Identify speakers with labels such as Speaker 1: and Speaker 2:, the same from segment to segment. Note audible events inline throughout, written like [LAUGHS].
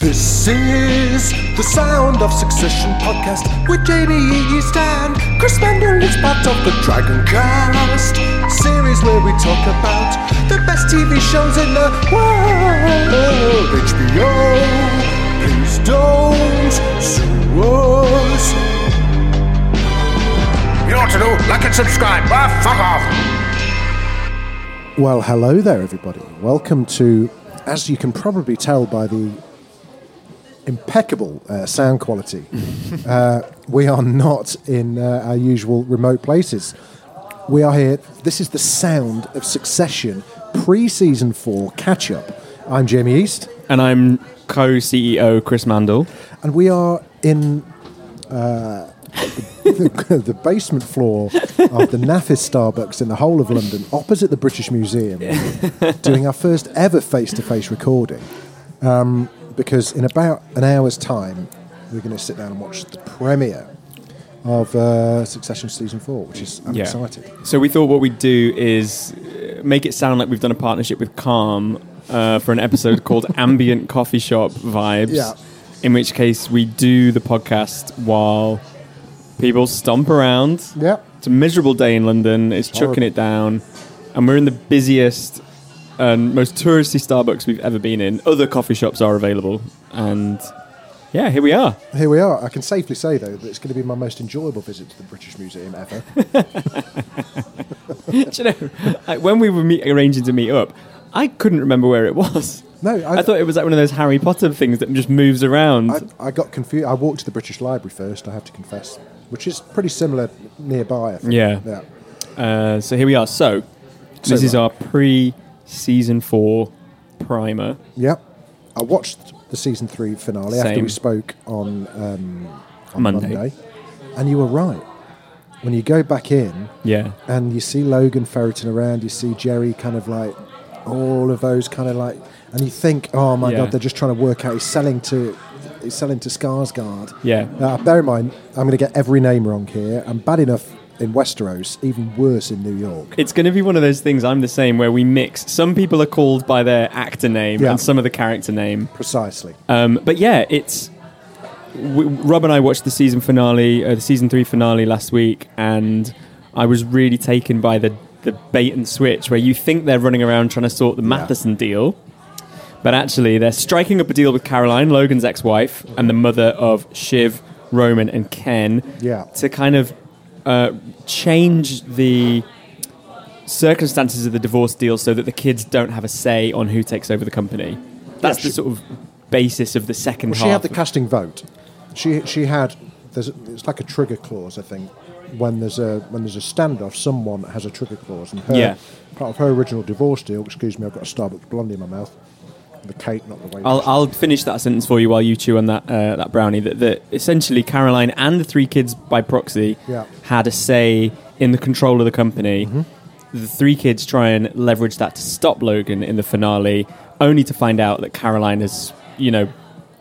Speaker 1: This is the Sound of Succession podcast with Jamie East and Chris Mandel. It's part of the Dragon Cast series where we talk about the best TV shows in the world. HBO, please don't sue us.
Speaker 2: You know what to do? Like and subscribe. Ah, fuck off.
Speaker 1: Well, hello there, everybody. Welcome to, as you can probably tell by the impeccable uh, sound quality, uh, we are not in uh, our usual remote places. We are here. This is the sound of Succession pre season four catch up. I'm Jamie East,
Speaker 3: And I'm co CEO Chris Mandel.
Speaker 1: and we are in. Uh, the, [LAUGHS] the basement floor of the Naffis Starbucks in the whole of London, opposite the British Museum, doing our first ever face to face recording. Um, because in about an hour's time, we're going to sit down and watch the premiere of uh, Succession season four, which is I'm excited.
Speaker 3: So we thought what we'd do is uh, make it sound like we've done a partnership with Calm uh, for an episode [LAUGHS] called Ambient Coffee Shop Vibes.
Speaker 1: Yeah.
Speaker 3: In which case we do the podcast while people stomp around.
Speaker 1: Yeah,
Speaker 3: It's a miserable day in London. It's, chucking
Speaker 1: horrible.
Speaker 3: it down, and we're in the busiest and most touristy Starbucks we've ever been in. Other coffee shops are available, and yeah, here we are.
Speaker 1: here we are. I can safely say though that it's going to be my most enjoyable visit to the British Museum ever.
Speaker 3: [LAUGHS] Do you know, like, when we were meet, arranging to meet up, I couldn't remember where it was.
Speaker 1: No,
Speaker 3: I,
Speaker 1: I-
Speaker 3: thought it was like one of those Harry Potter things that just moves around.
Speaker 1: I, I got confused. I walked to the British Library first. I have to confess, which is pretty similar nearby. I think.
Speaker 3: Yeah.
Speaker 1: yeah.
Speaker 3: uh, so here we are. So, this is
Speaker 1: right.
Speaker 3: our pre-season four primer.
Speaker 1: Yep. I watched the season three finale after
Speaker 3: Same.
Speaker 1: we spoke on, um, on Monday.
Speaker 3: Monday.
Speaker 1: And you were right. When you go back in
Speaker 3: Yeah,
Speaker 1: and you see Logan ferreting around, you see Jerry kind of like all of those kind of like, and you think, oh my
Speaker 3: Yeah.
Speaker 1: God, they're just trying to work out. He's selling to. He's selling to Skarsgård.
Speaker 3: Yeah.
Speaker 1: Now, bear in mind, I'm going to get every name wrong here. I'm bad enough in Westeros, even worse in New York.
Speaker 3: it's going to be one of those things. I'm the same where we mix. Some people are called by their actor name
Speaker 1: Yeah.
Speaker 3: and some of the character name.
Speaker 1: Precisely.
Speaker 3: Um, but yeah, it's. W- Rob and I watched the season finale, uh, the season three finale last week, and I was really taken by the, the bait and switch where you think they're running around trying to sort the Matheson deal, but actually they're striking up a deal with Caroline, Logan's ex wife, and the mother of Shiv, Roman, and Ken
Speaker 1: Yeah.
Speaker 3: to kind of uh, change the circumstances of the divorce deal so that the kids don't have a say on who takes over the company. That's
Speaker 1: she-
Speaker 3: the sort of basis of the second
Speaker 1: Well,
Speaker 3: half.
Speaker 1: she had the casting vote. She she had. There's it's like a trigger clause, I think, when there's a when there's a standoff, someone has a trigger clause, and her
Speaker 3: Yeah.
Speaker 1: part of her original divorce deal. Excuse me, I've got a Starbucks blondie in my mouth. The cake, not the way.
Speaker 3: I'll, I'll finish that sentence for you while you chew on that uh, that brownie. That, that essentially Caroline and the three kids by proxy
Speaker 1: Yeah. Mm-hmm.
Speaker 3: had a say in the control of the company. The three kids try and leverage that to stop Logan in the finale, only to find out that Caroline has, you know,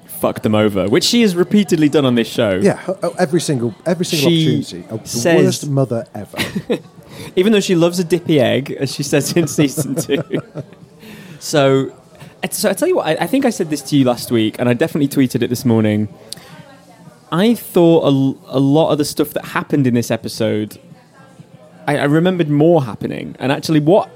Speaker 3: fucked them over, which she has repeatedly done on this show.
Speaker 1: yeah, her- oh, every single every single
Speaker 3: She
Speaker 1: opportunity. Oh, the
Speaker 3: says-
Speaker 1: worst mother
Speaker 3: [LAUGHS]
Speaker 1: ever.
Speaker 3: even though she loves a dippy egg, as she says in season two. so, so I tell you what, I, I think I said this to you last week, and I definitely tweeted it this morning. I thought a, l- a lot of the stuff that happened in this episode, I, I remembered more happening, and actually, what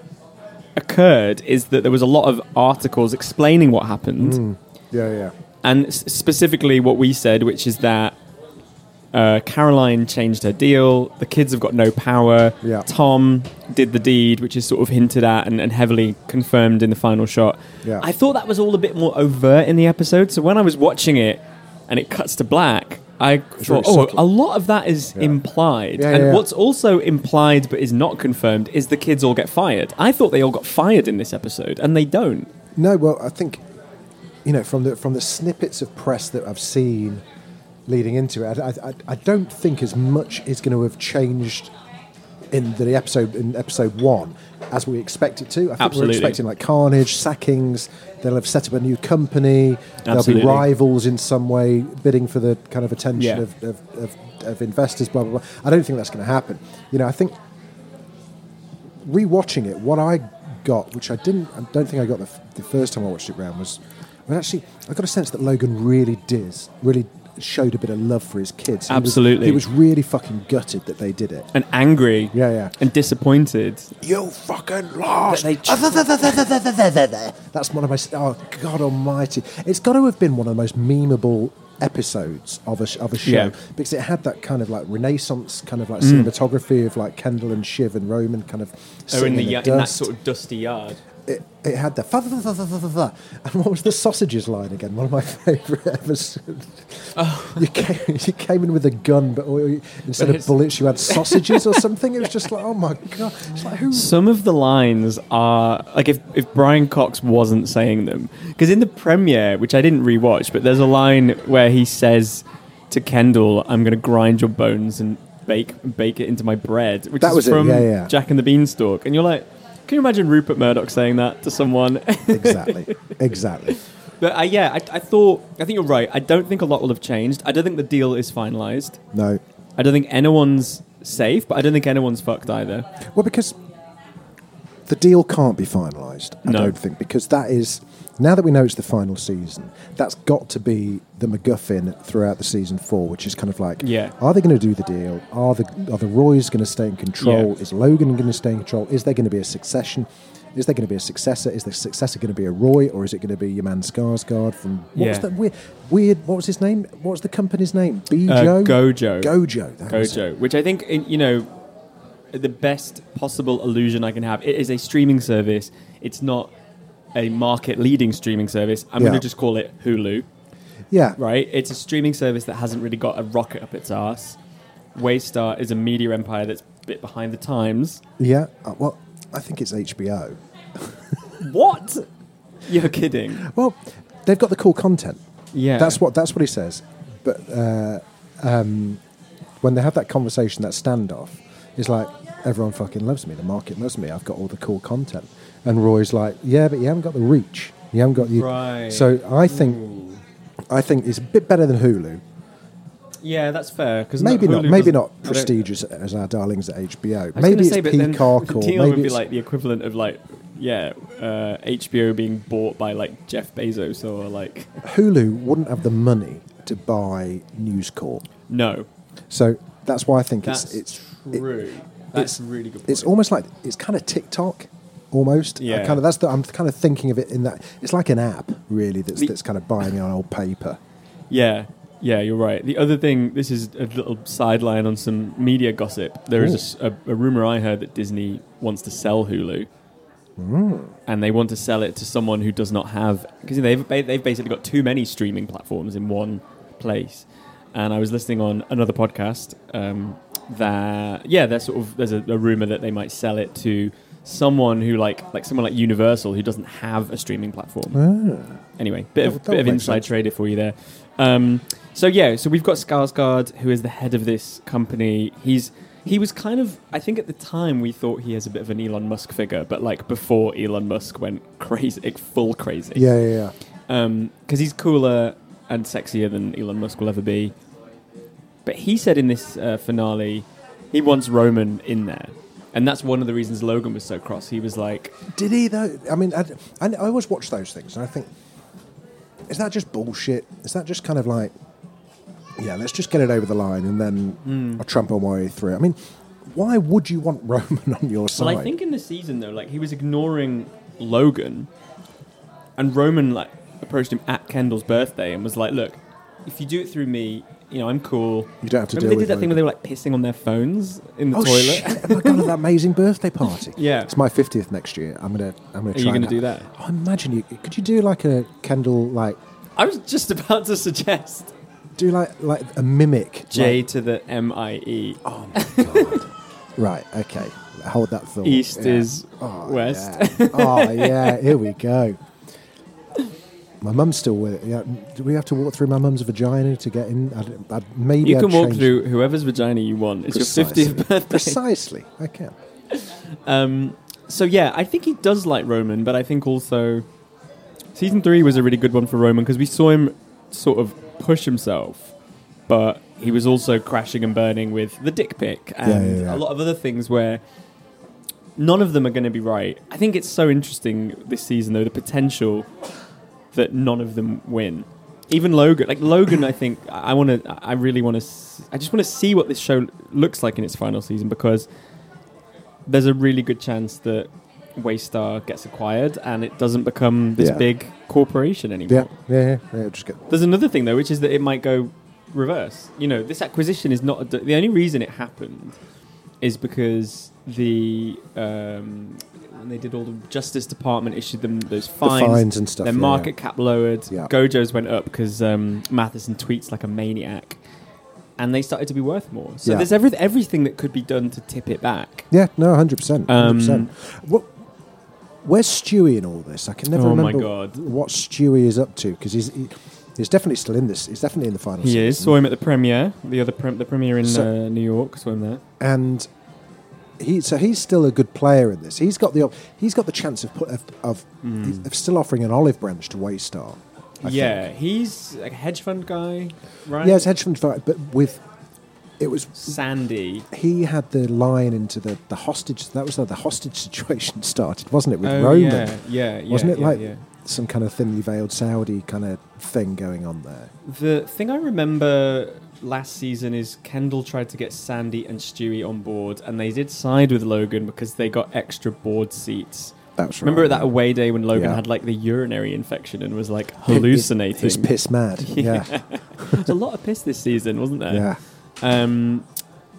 Speaker 3: occurred is that there was a lot of articles explaining what happened
Speaker 1: yeah, yeah.
Speaker 3: and s- specifically what we said, which is that uh, Caroline changed her deal. The kids have got no power.
Speaker 1: Yeah.
Speaker 3: Tom did the deed, which is sort of hinted at and, and heavily confirmed in the final shot.
Speaker 1: Yeah.
Speaker 3: I thought that was all a bit more overt in the episode. So when I was watching it and it cuts to black, I
Speaker 1: really
Speaker 3: thought, oh,
Speaker 1: subtle.
Speaker 3: a lot of that is implied.
Speaker 1: Yeah,
Speaker 3: and
Speaker 1: yeah, yeah.
Speaker 3: what's also implied but is not confirmed is the kids all get fired. I thought they all got fired in this episode, and they don't.
Speaker 1: No, well, I think you know from the from the snippets of press that I've seen leading into it, I, I, I don't think as much is going to have changed in the episode in episode one as we expect it to. I think
Speaker 3: Absolutely.
Speaker 1: we're expecting like carnage, sackings. They'll have set up a new company.
Speaker 3: Absolutely.
Speaker 1: There'll be rivals in some way bidding for the kind of attention
Speaker 3: Yeah.
Speaker 1: of, of, of, of investors. Blah blah blah. I don't think that's going to happen. You know, I think rewatching it, what I got, which I didn't, I don't think I got the, f- the first time I watched it round, was, I mean, actually, I got a sense that Logan really did, really showed a bit of love for his kids. He was-
Speaker 3: Absolutely.
Speaker 1: he was really fucking gutted that they did it.
Speaker 3: And angry.
Speaker 1: Yeah, yeah.
Speaker 3: And disappointed.
Speaker 1: You fucking lost.
Speaker 3: They-
Speaker 1: That's one of my. s- Oh God Almighty! It's got to have been one of the most memeable episodes of a sh- of a show
Speaker 3: Yeah.
Speaker 1: because it had that kind of like Renaissance kind of like cinematography of like Kendall and Shiv and Roman kind of.
Speaker 3: Or in,
Speaker 1: sitting
Speaker 3: the,
Speaker 1: the
Speaker 3: ya- in that
Speaker 1: dust.
Speaker 3: sort of dusty yard.
Speaker 1: it, it had the fa- fa- fa- fa- fa- fa- fa. and what was the sausages line again? One of my [LAUGHS] favourite episodes. You came, you came in with a gun, but all you- instead of
Speaker 3: Oh. But it's-
Speaker 1: bullets, you had sausages or something. It was just like, oh my god! It's like
Speaker 3: [LAUGHS]
Speaker 1: who?
Speaker 3: Some of the lines are like if, if Brian Cox wasn't saying them. Because in the premiere, which I didn't rewatch, but there's a line where he says to Kendall, I'm going to grind your bones and bake bake it into my bread, which
Speaker 1: That
Speaker 3: is
Speaker 1: was it,
Speaker 3: from
Speaker 1: yeah, yeah.
Speaker 3: Jack and the Beanstalk. And you're like, can you imagine Rupert Murdoch saying that to someone? [LAUGHS]
Speaker 1: Exactly, exactly.
Speaker 3: but uh, yeah, I, I thought, I think you're right. I don't think a lot will have changed. I don't think the deal is finalized.
Speaker 1: No,
Speaker 3: I don't think anyone's safe, but I don't think anyone's fucked either.
Speaker 1: well because the deal can't be finalised. I
Speaker 3: No.
Speaker 1: don't think because that is now that we know it's the final season. That's got to be the MacGuffin throughout the season four, which is kind of like,
Speaker 3: Yeah.
Speaker 1: are they going to do the deal? Are the are the Roy's going to stay in control?
Speaker 3: Yeah.
Speaker 1: Is Logan going to stay in control? Is there going to be a succession? Is there going to be a successor? Is the successor going to be a Roy, or is it going to be your man Skarsgård from what was
Speaker 3: Yeah. Uh,
Speaker 1: that weird, weird? What was his name? What was the company's name? Bjo.
Speaker 3: Gojo.
Speaker 1: Gojo. That was it.
Speaker 3: Gojo, which I think in- you know the best possible illusion I can have. It is a streaming service. It's not a market leading streaming service. I'm going
Speaker 1: Yeah.
Speaker 3: to just call it Hulu,
Speaker 1: Yeah.
Speaker 3: right? It's a streaming service that hasn't really got a rocket up its ass. Waystar is a media empire that's a bit behind the times.
Speaker 1: Yeah. uh, Well, I think it's HBO.
Speaker 3: What? You're kidding.
Speaker 1: Well, they've got the cool content.
Speaker 3: Yeah.
Speaker 1: That's what that's what he says. But uh, um, when they have that conversation, that standoff, it's like everyone fucking loves me. The market loves me. I've got all the cool content. And Roy's like, yeah, but you haven't got the reach. You haven't got you.
Speaker 3: Right.
Speaker 1: So I think I think it's a bit better than Hulu.
Speaker 3: Yeah, that's fair. Because
Speaker 1: Maybe not. Maybe not prestigious as our darlings at HBO. Maybe it's Peacock
Speaker 3: the
Speaker 1: or
Speaker 3: deal
Speaker 1: maybe
Speaker 3: would be
Speaker 1: it's-
Speaker 3: like the equivalent of like yeah uh, HBO being bought by like Jeff Bezos or like
Speaker 1: Hulu wouldn't have the money to buy News Corp.
Speaker 3: no
Speaker 1: So that's why I think
Speaker 3: that's
Speaker 1: it's it's it-
Speaker 3: true
Speaker 1: it's-
Speaker 3: that's a really good point.
Speaker 1: it's almost like it's kind of TikTok, almost. I
Speaker 3: Yeah.
Speaker 1: kind of that's the, I'm kind of thinking of it in that it's like an app really that's
Speaker 3: The-
Speaker 1: that's kind of buying on old paper.
Speaker 3: yeah yeah you're right the other thing this is a little sideline on some media gossip there is a s- a, a rumor I heard that Disney wants to sell Hulu and they want to sell it to someone who does not have because they've ba- they've basically got too many streaming platforms in one place. And I was listening on another podcast, um, that yeah, there's sort of there's a, a rumor that they might sell it to someone who like like someone like Universal who doesn't have a streaming platform. Anyway, bit of
Speaker 1: Ah. That- that
Speaker 3: bit
Speaker 1: would
Speaker 3: of
Speaker 1: make
Speaker 3: inside
Speaker 1: sense.
Speaker 3: trader for you there. Um, so yeah, so we've got Skarsgård, who is the head of this company. He's he was kind of I think at the time we thought he has a bit of an Elon Musk figure, but like before Elon Musk went [LAUGHS] crazy, like full crazy.
Speaker 1: Yeah, yeah, yeah.
Speaker 3: because he's cooler and sexier than Elon Musk will ever be. But he said in this uh, finale, he wants Roman in there, and that's one of the reasons Logan was so cross. He was like,
Speaker 1: Did he though? I mean, I, I, I always watch those things, and I think, is that just bullshit? Is that just kind of like, yeah, let's just get it over the line, and then
Speaker 3: Hmm.
Speaker 1: I'll trump on my way through. I mean, why would you want [LAUGHS] Roman on your side?
Speaker 3: Well, I think in the season though, like he was ignoring Logan, and Roman like approached him at Kendall's birthday and was like, "Look, if you do it through me, you know I'm cool."
Speaker 1: You don't have to
Speaker 3: Remember
Speaker 1: deal
Speaker 3: they
Speaker 1: with
Speaker 3: did that thing
Speaker 1: Logan.
Speaker 3: where they were like pissing on their phones in the
Speaker 1: oh
Speaker 3: toilet. [LAUGHS]
Speaker 1: shit! Have I gone to that amazing birthday party?
Speaker 3: Yeah.
Speaker 1: it's my fiftieth next year. I'm gonna, I'm gonna.
Speaker 3: you
Speaker 1: try and
Speaker 3: gonna do that?
Speaker 1: I imagine you. Could you do like a Kendall like?
Speaker 3: I was just about to suggest
Speaker 1: Do like like a mimic?
Speaker 3: J
Speaker 1: like- oh
Speaker 3: to the M I E.
Speaker 1: [LAUGHS] right. Okay. Hold that thought.
Speaker 3: East
Speaker 1: Yeah.
Speaker 3: is west.
Speaker 1: Yeah. oh yeah, here we go. My mum's still with it. Yeah, do we have to walk through my mum's vagina to get in? I'd, I'd, maybe
Speaker 3: You
Speaker 1: I'd
Speaker 3: can walk
Speaker 1: change-
Speaker 3: through whoever's vagina you want. It's
Speaker 1: Precisely.
Speaker 3: your 50th birthday.
Speaker 1: Precisely, I can.
Speaker 3: Um, so yeah, I think he does like Roman, but I think also season three was a really good one for Roman because we saw him sort of push himself, but he was also crashing and burning with the dick pic and
Speaker 1: yeah, yeah.
Speaker 3: a lot of other things where none of them are going to be right. I think it's so interesting this season though the potential that none of them win. Even Logan, like Logan, I think I want to. I really want to. I just want to see what this show looks like in its final season because there's a really good chance that Waystar gets acquired and it doesn't become this
Speaker 1: Yeah.
Speaker 3: big corporation anymore.
Speaker 1: Yeah, yeah, yeah. yeah just get.
Speaker 3: There's another thing though, which is that it might go reverse. You know, this acquisition is not a d the only reason it happened is because the um, when they did all the Justice Department issued them those fines,
Speaker 1: fines and stuff,
Speaker 3: Their
Speaker 1: yeah,
Speaker 3: market cap lowered.
Speaker 1: Yeah.
Speaker 3: Gojo's went up because um, Matheson tweets like a maniac, and they started to be worth more. So
Speaker 1: Yeah.
Speaker 3: there's every, everything that could be done to tip it back.
Speaker 1: Yeah, no, hundred percent, hundred
Speaker 3: Um,
Speaker 1: percent. What? Where's Stewie in all this? I can never
Speaker 3: Oh my
Speaker 1: remember
Speaker 3: God.
Speaker 1: what Stewie is up to because he's he, he's definitely still in this. He's definitely in the final.
Speaker 3: He
Speaker 1: season.
Speaker 3: is. Saw him at the premiere, the other prem the premiere in
Speaker 1: So-
Speaker 3: uh, New York. Saw him there.
Speaker 1: and he so he's still a good player in this. He's got the op- he's got the chance of put, of, of,
Speaker 3: Hmm.
Speaker 1: of still offering an olive branch to Waystar. I
Speaker 3: yeah,
Speaker 1: think.
Speaker 3: he's a hedge fund guy, right?
Speaker 1: yeah, it's hedge fund, fi- but with it was
Speaker 3: Sandy.
Speaker 1: he had the line into the the hostage. That was how the hostage [LAUGHS] situation started, wasn't it? With
Speaker 3: Oh,
Speaker 1: Roman,
Speaker 3: yeah, yeah, yeah,
Speaker 1: wasn't it
Speaker 3: yeah,
Speaker 1: like
Speaker 3: yeah.
Speaker 1: some kind of thinly veiled Saudi kind of thing going on there?
Speaker 3: The thing I remember last season is Kendall tried to get Sandy and Stewie on board, and they did side with Logan because they got extra board seats.
Speaker 1: That's right,
Speaker 3: Remember that
Speaker 1: yeah.
Speaker 3: away day when Logan
Speaker 1: Yeah.
Speaker 3: had like the urinary infection and was like
Speaker 1: He- he-
Speaker 3: hallucinating?
Speaker 1: He's piss
Speaker 3: [LAUGHS]
Speaker 1: mad. Yeah,
Speaker 3: There's a lot of piss this season, wasn't there?
Speaker 1: yeah.
Speaker 3: Um,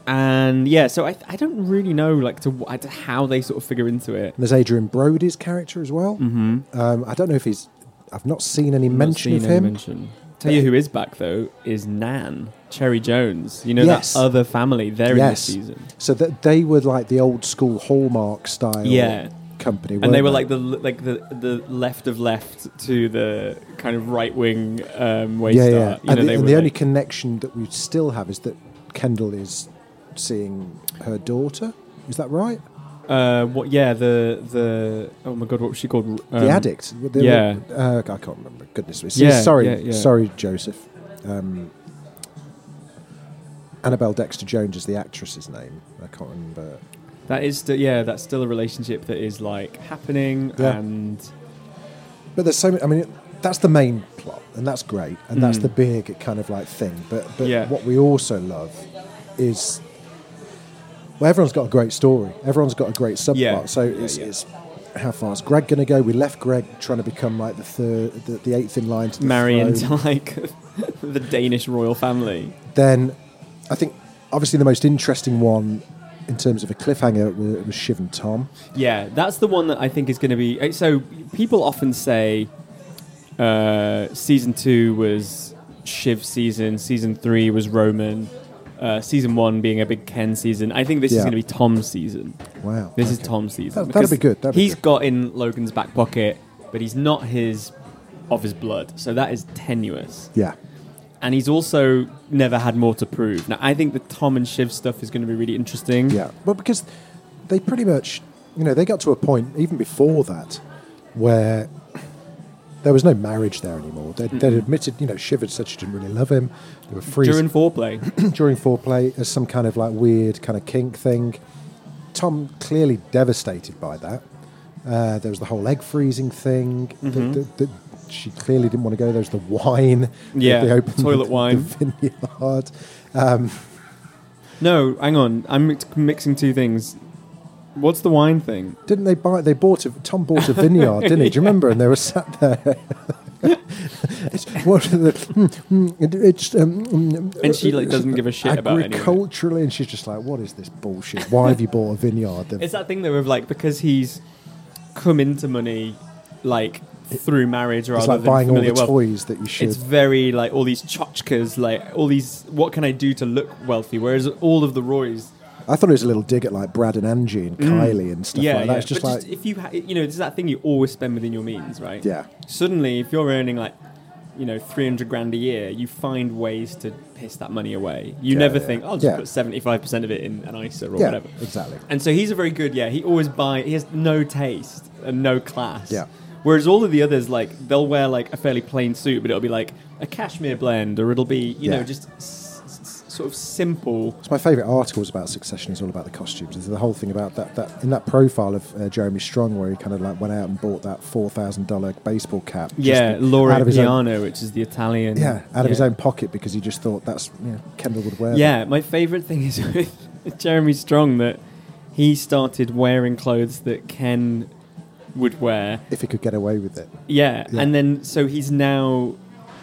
Speaker 3: and yeah, so I, I don't really know like to, wh- to how they sort of figure into
Speaker 1: And
Speaker 3: it.
Speaker 1: there's Adrian Brody's character as well. Mm-hmm. Um, I don't know if he's. I've not seen any mention
Speaker 3: Not
Speaker 1: of
Speaker 3: seen any
Speaker 1: him.
Speaker 3: mention. Tell you who is back though is Nan Cherry Jones. You know
Speaker 1: Yes.
Speaker 3: that other family. They're
Speaker 1: yes.
Speaker 3: in this season,
Speaker 1: So that they were like the old school hallmark style.
Speaker 3: Yeah.
Speaker 1: Company.
Speaker 3: and they
Speaker 1: weren't
Speaker 3: were like the like the the left of left to the kind of right wing um, way
Speaker 1: yeah,
Speaker 3: star.
Speaker 1: yeah.
Speaker 3: You know,
Speaker 1: and the,
Speaker 3: they
Speaker 1: and
Speaker 3: were
Speaker 1: the only
Speaker 3: like-
Speaker 1: connection that we still have is that Kendall is seeing her daughter. Is that right?
Speaker 3: uh, what? Yeah, the the oh my god, what was she called? Um,
Speaker 1: the addict. Were they-
Speaker 3: yeah.
Speaker 1: Uh, I can't remember. Goodness me.
Speaker 3: Yeah,
Speaker 1: sorry,
Speaker 3: yeah, yeah.
Speaker 1: sorry, Joseph. Um, Annabelle Dexter Jones is the actress's name. I can't remember.
Speaker 3: That is still yeah, that's still a relationship that is like happening
Speaker 1: Yeah.
Speaker 3: and
Speaker 1: But there's so many. I mean, it- that's the main plot, and that's great, and that's the big kind of like thing. But but
Speaker 3: Mm. Yeah.
Speaker 1: what we also love is well, everyone's got a great story. Everyone's got a great subplot.
Speaker 3: Yeah.
Speaker 1: So
Speaker 3: Yeah,
Speaker 1: it's,
Speaker 3: yeah.
Speaker 1: it's how far is Greg going to go? We left Greg trying to become like the third, the, the eighth in line to the
Speaker 3: marry
Speaker 1: throne.
Speaker 3: into [LAUGHS] like the Danish royal family.
Speaker 1: then I think obviously the most interesting one in terms of a cliffhanger was, was Shiv and Tom.
Speaker 3: Yeah, that's the one that I think is going to be. uh, So people often say uh, season two was Shiv season, season three was Roman, uh, season one being a big Ken season. I think this is
Speaker 1: Yeah.
Speaker 3: going to be Tom's season.
Speaker 1: Wow.
Speaker 3: This is
Speaker 1: Okay.
Speaker 3: Tom's season.
Speaker 1: That- that'll be
Speaker 3: because
Speaker 1: good, that'll be
Speaker 3: he's
Speaker 1: good.
Speaker 3: got in Logan's back pocket, but he's not his of his blood, so that is tenuous.
Speaker 1: Yeah.
Speaker 3: And he's also never had more to prove. Now, I think the Tom and Shiv stuff is going to be really interesting.
Speaker 1: Yeah, but because they pretty much, you know, they got to a point even before that where there was no marriage there anymore. They'd, they'd admitted, you know, Shiv had said she didn't really love him. They were free
Speaker 3: during foreplay.
Speaker 1: during foreplay as some kind of like weird kind of kink thing. Tom clearly devastated by that. Uh, there was the whole egg freezing thing. that
Speaker 3: Mm-hmm.
Speaker 1: that- that she clearly didn't want to go. There was the wine. that
Speaker 3: Yeah,
Speaker 1: they opened
Speaker 3: toilet
Speaker 1: the,
Speaker 3: wine.
Speaker 1: The [LAUGHS] vineyard.
Speaker 3: No, hang on. I'm mix- mixing two things. What's the wine thing?
Speaker 1: Didn't they buy? They bought a Tom bought a vineyard, didn't he? Do you remember? And they were sat there. [LAUGHS] it's, what are the, hmm, hmm, it- it's, um, mm,
Speaker 3: And she, like, doesn't give a shit about any of it.
Speaker 1: agriculturally, and she's just like, "What is this bullshit? Why have you bought a vineyard?" They've-
Speaker 3: It's that thing though of like because he's come into money like through marriage rather
Speaker 1: it's like
Speaker 3: than
Speaker 1: buying all
Speaker 3: familiar
Speaker 1: the
Speaker 3: wealth.
Speaker 1: toys that you should.
Speaker 3: It's very like all these tchotchkes, like all these. What can I do to look wealthy? Whereas all of the Roys,
Speaker 1: I thought it was a little dig at like Brad and Angie and Kylie and stuff
Speaker 3: Mm. yeah,
Speaker 1: like that.
Speaker 3: yeah.
Speaker 1: It's just
Speaker 3: but
Speaker 1: like
Speaker 3: just if you, ha- you know, it's that thing you always spend within your means, right?
Speaker 1: Yeah.
Speaker 3: Suddenly, if you're earning like, you know, three hundred grand a year, you find ways to piss that money away. You
Speaker 1: Yeah,
Speaker 3: never
Speaker 1: yeah.
Speaker 3: think, I'll just
Speaker 1: Yeah.
Speaker 3: put seventy five percent of it in an ISA or
Speaker 1: Yeah,
Speaker 3: whatever.
Speaker 1: exactly.
Speaker 3: And so he's a very good. Yeah, he always buy. He has no taste and no class.
Speaker 1: Yeah.
Speaker 3: Whereas all of the others, like they'll wear like a fairly plain suit, but it'll be like a cashmere blend, or it'll be you
Speaker 1: Yeah.
Speaker 3: know just s- s- sort of simple.
Speaker 1: It's my favourite articles about Succession is all about the costumes. There's the whole thing about that, that in that profile of uh, Jeremy Strong where he kind of like went out and bought that four thousand dollar baseball cap. just
Speaker 3: Yeah,
Speaker 1: out
Speaker 3: Laura
Speaker 1: of his own,
Speaker 3: Piano, which is the Italian.
Speaker 1: yeah, out of his
Speaker 3: yeah.
Speaker 1: own pocket because he just thought that's you know, Kendall would wear.
Speaker 3: Yeah, my favourite thing is [LAUGHS] with Jeremy Strong that he started wearing clothes that Ken would wear.
Speaker 1: that if he could get away with it.
Speaker 3: Yeah,
Speaker 1: Yeah.
Speaker 3: and then so he's now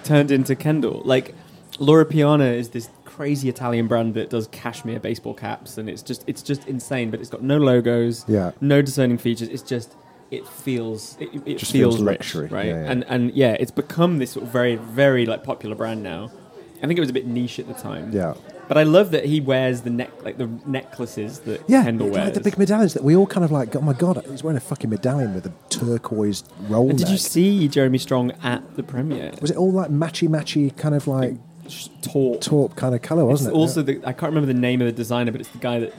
Speaker 3: turned into Kendall. Like Laura Piana is this crazy Italian brand that does cashmere baseball caps, and it's just it's just insane. But it's got no logos,
Speaker 1: Yeah.
Speaker 3: no discerning features. It's just it feels it, it
Speaker 1: Just
Speaker 3: feels,
Speaker 1: feels
Speaker 3: rich,
Speaker 1: luxury,
Speaker 3: right?
Speaker 1: yeah, yeah.
Speaker 3: And and yeah, it's become this sort of very very like popular brand now. I think it was a bit niche at the time.
Speaker 1: Yeah.
Speaker 3: But I love that he wears the neck, like the necklaces that
Speaker 1: Yeah,
Speaker 3: Kendall
Speaker 1: like
Speaker 3: wears.
Speaker 1: the big medallions that we all kind of like. Oh my god, he's wearing a fucking medallion with a turquoise roll.
Speaker 3: and did you
Speaker 1: neck.
Speaker 3: see Jeremy Strong at the premiere?
Speaker 1: Was it all like matchy matchy kind of like
Speaker 3: Taught
Speaker 1: taupe kind of colour,
Speaker 3: It's
Speaker 1: wasn't it?
Speaker 3: also the I can't remember the name of the designer, but it's the guy that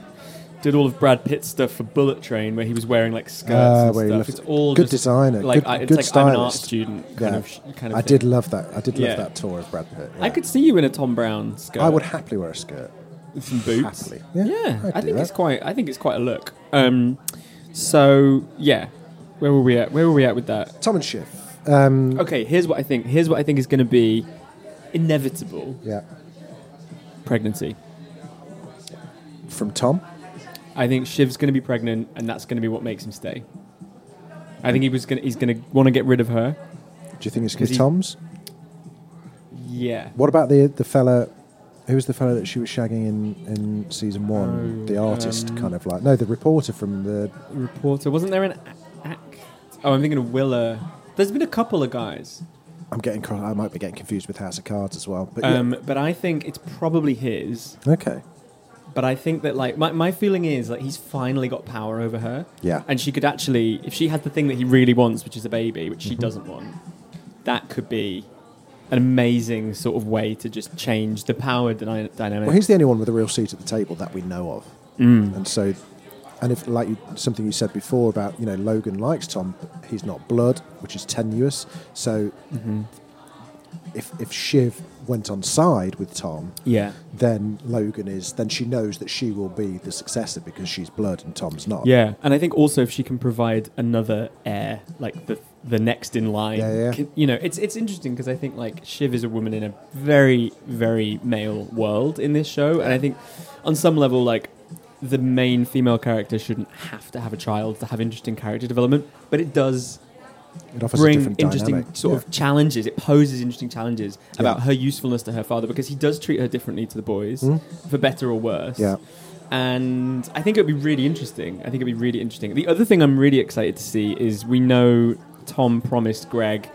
Speaker 3: did all of Brad Pitt's stuff for Bullet Train, where he was wearing like skirts
Speaker 1: Ah,
Speaker 3: and
Speaker 1: where he
Speaker 3: stuff.
Speaker 1: left-
Speaker 3: It's all
Speaker 1: good
Speaker 3: just,
Speaker 1: designer,
Speaker 3: Like
Speaker 1: good-
Speaker 3: I, it's
Speaker 1: good
Speaker 3: like I'm an art
Speaker 1: stylist.
Speaker 3: student kind
Speaker 1: Yeah.
Speaker 3: of sh- kind of.
Speaker 1: I
Speaker 3: thing.
Speaker 1: did love that. I did
Speaker 3: Yeah.
Speaker 1: love that tour of Brad Pitt.
Speaker 3: I
Speaker 1: yeah.
Speaker 3: could see you in a Tom Brown skirt.
Speaker 1: I would happily wear a skirt.
Speaker 3: with some boots.
Speaker 1: happily.
Speaker 3: Yeah,
Speaker 1: Yeah,
Speaker 3: I
Speaker 1: I'd do
Speaker 3: think
Speaker 1: that.
Speaker 3: it's quite. I think it's quite a look. Um, so yeah, where were we at? Where were we at with that?
Speaker 1: Tom and Schiff. Mm.
Speaker 3: Okay, here's what I think. Here's what I think is going to be inevitable
Speaker 1: Yeah.
Speaker 3: pregnancy.
Speaker 1: From Tom.
Speaker 3: I think Shiv's going to be pregnant, and that's going to be what makes him stay. I think he was going. He's going to want to get rid of her.
Speaker 1: Do you think it's going
Speaker 3: Because
Speaker 1: to
Speaker 3: he-
Speaker 1: be Tom's?
Speaker 3: Yeah.
Speaker 1: What about the the fella? Who was the fella that she was shagging in, in season one?
Speaker 3: Oh,
Speaker 1: the artist, kind of like no, the reporter from the
Speaker 3: Reporter wasn't there an a- act? Oh, I'm thinking of Willa. There's been a couple of guys,
Speaker 1: I'm getting cross. I might be getting confused with House of Cards as well. But yeah.
Speaker 3: um, but I think it's probably his.
Speaker 1: okay,
Speaker 3: But I think that like my, my feeling is like he's finally got power over her.
Speaker 1: Yeah.
Speaker 3: And she could actually, if she had the thing that he really wants, which is a baby, which she doesn't want, that could be an amazing sort of way to just change the power dyna- dynamic.
Speaker 1: well, he's the only one with a real seat at the table that we know of, mm. and so, and if like you, something you said before about you know Logan likes Tom, but he's not blood, which is tenuous. So,
Speaker 3: Mm-hmm.
Speaker 1: if if Shiv went on side with Tom,
Speaker 3: yeah.
Speaker 1: then Logan is then she knows that she will be the successor because she's blood and Tom's not.
Speaker 3: Yeah, and I think also if she can provide another heir, like the the next in line,
Speaker 1: Yeah, yeah.
Speaker 3: can- you know, it's it's interesting because I think like Shiv is a woman in a very very male world in this show, and I think on some level like the main female character shouldn't have to have a child to have interesting character development, but it does
Speaker 1: It offers a
Speaker 3: bring
Speaker 1: different
Speaker 3: interesting
Speaker 1: dynamic.
Speaker 3: sort
Speaker 1: Yeah.
Speaker 3: of challenges. It poses interesting challenges about her usefulness to her father because he does treat her differently to the boys, for better or worse.
Speaker 1: Hmm? Yeah.
Speaker 3: And I think it would be really interesting. I think it'd be really interesting. The other thing I'm really excited to see is we know Tom promised Greg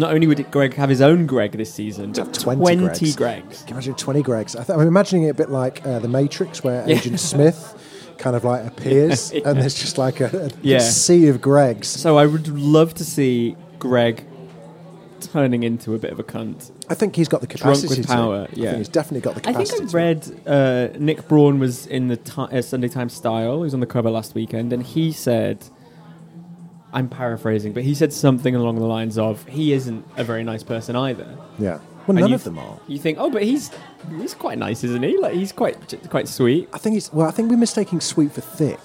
Speaker 3: Not only would Greg have his own Greg this season,
Speaker 1: To have
Speaker 3: but
Speaker 1: 20
Speaker 3: 20,
Speaker 1: Gregs.
Speaker 3: Gregs.
Speaker 1: Can you imagine 20 Gregs? I th- I'm imagining it a bit like uh, The Matrix, where Agent Smith kind of like
Speaker 3: [LAUGHS]
Speaker 1: appears and there's just like a, a
Speaker 3: Yeah.
Speaker 1: sea of Gregs.
Speaker 3: So I would love to see Greg turning into a bit of a cunt.
Speaker 1: I think he's got the
Speaker 3: Drunk
Speaker 1: capacity.
Speaker 3: with
Speaker 1: to.
Speaker 3: power,
Speaker 1: I
Speaker 3: yeah.
Speaker 1: think he's definitely got the
Speaker 3: I
Speaker 1: capacity.
Speaker 3: think I
Speaker 1: to.
Speaker 3: read uh, Nick Braun was in the ti uh, Sunday Times Style. He was on the cover last weekend, and he said, "I'm paraphrasing, but he said something along the lines of he isn't a very nice person either."
Speaker 1: Yeah. Well,
Speaker 3: And
Speaker 1: none
Speaker 3: you-
Speaker 1: of them are.
Speaker 3: You think, oh, but he's he's quite nice, isn't he? Like he's quite quite sweet.
Speaker 1: I think he's. Well, I think we're mistaking sweet for thick.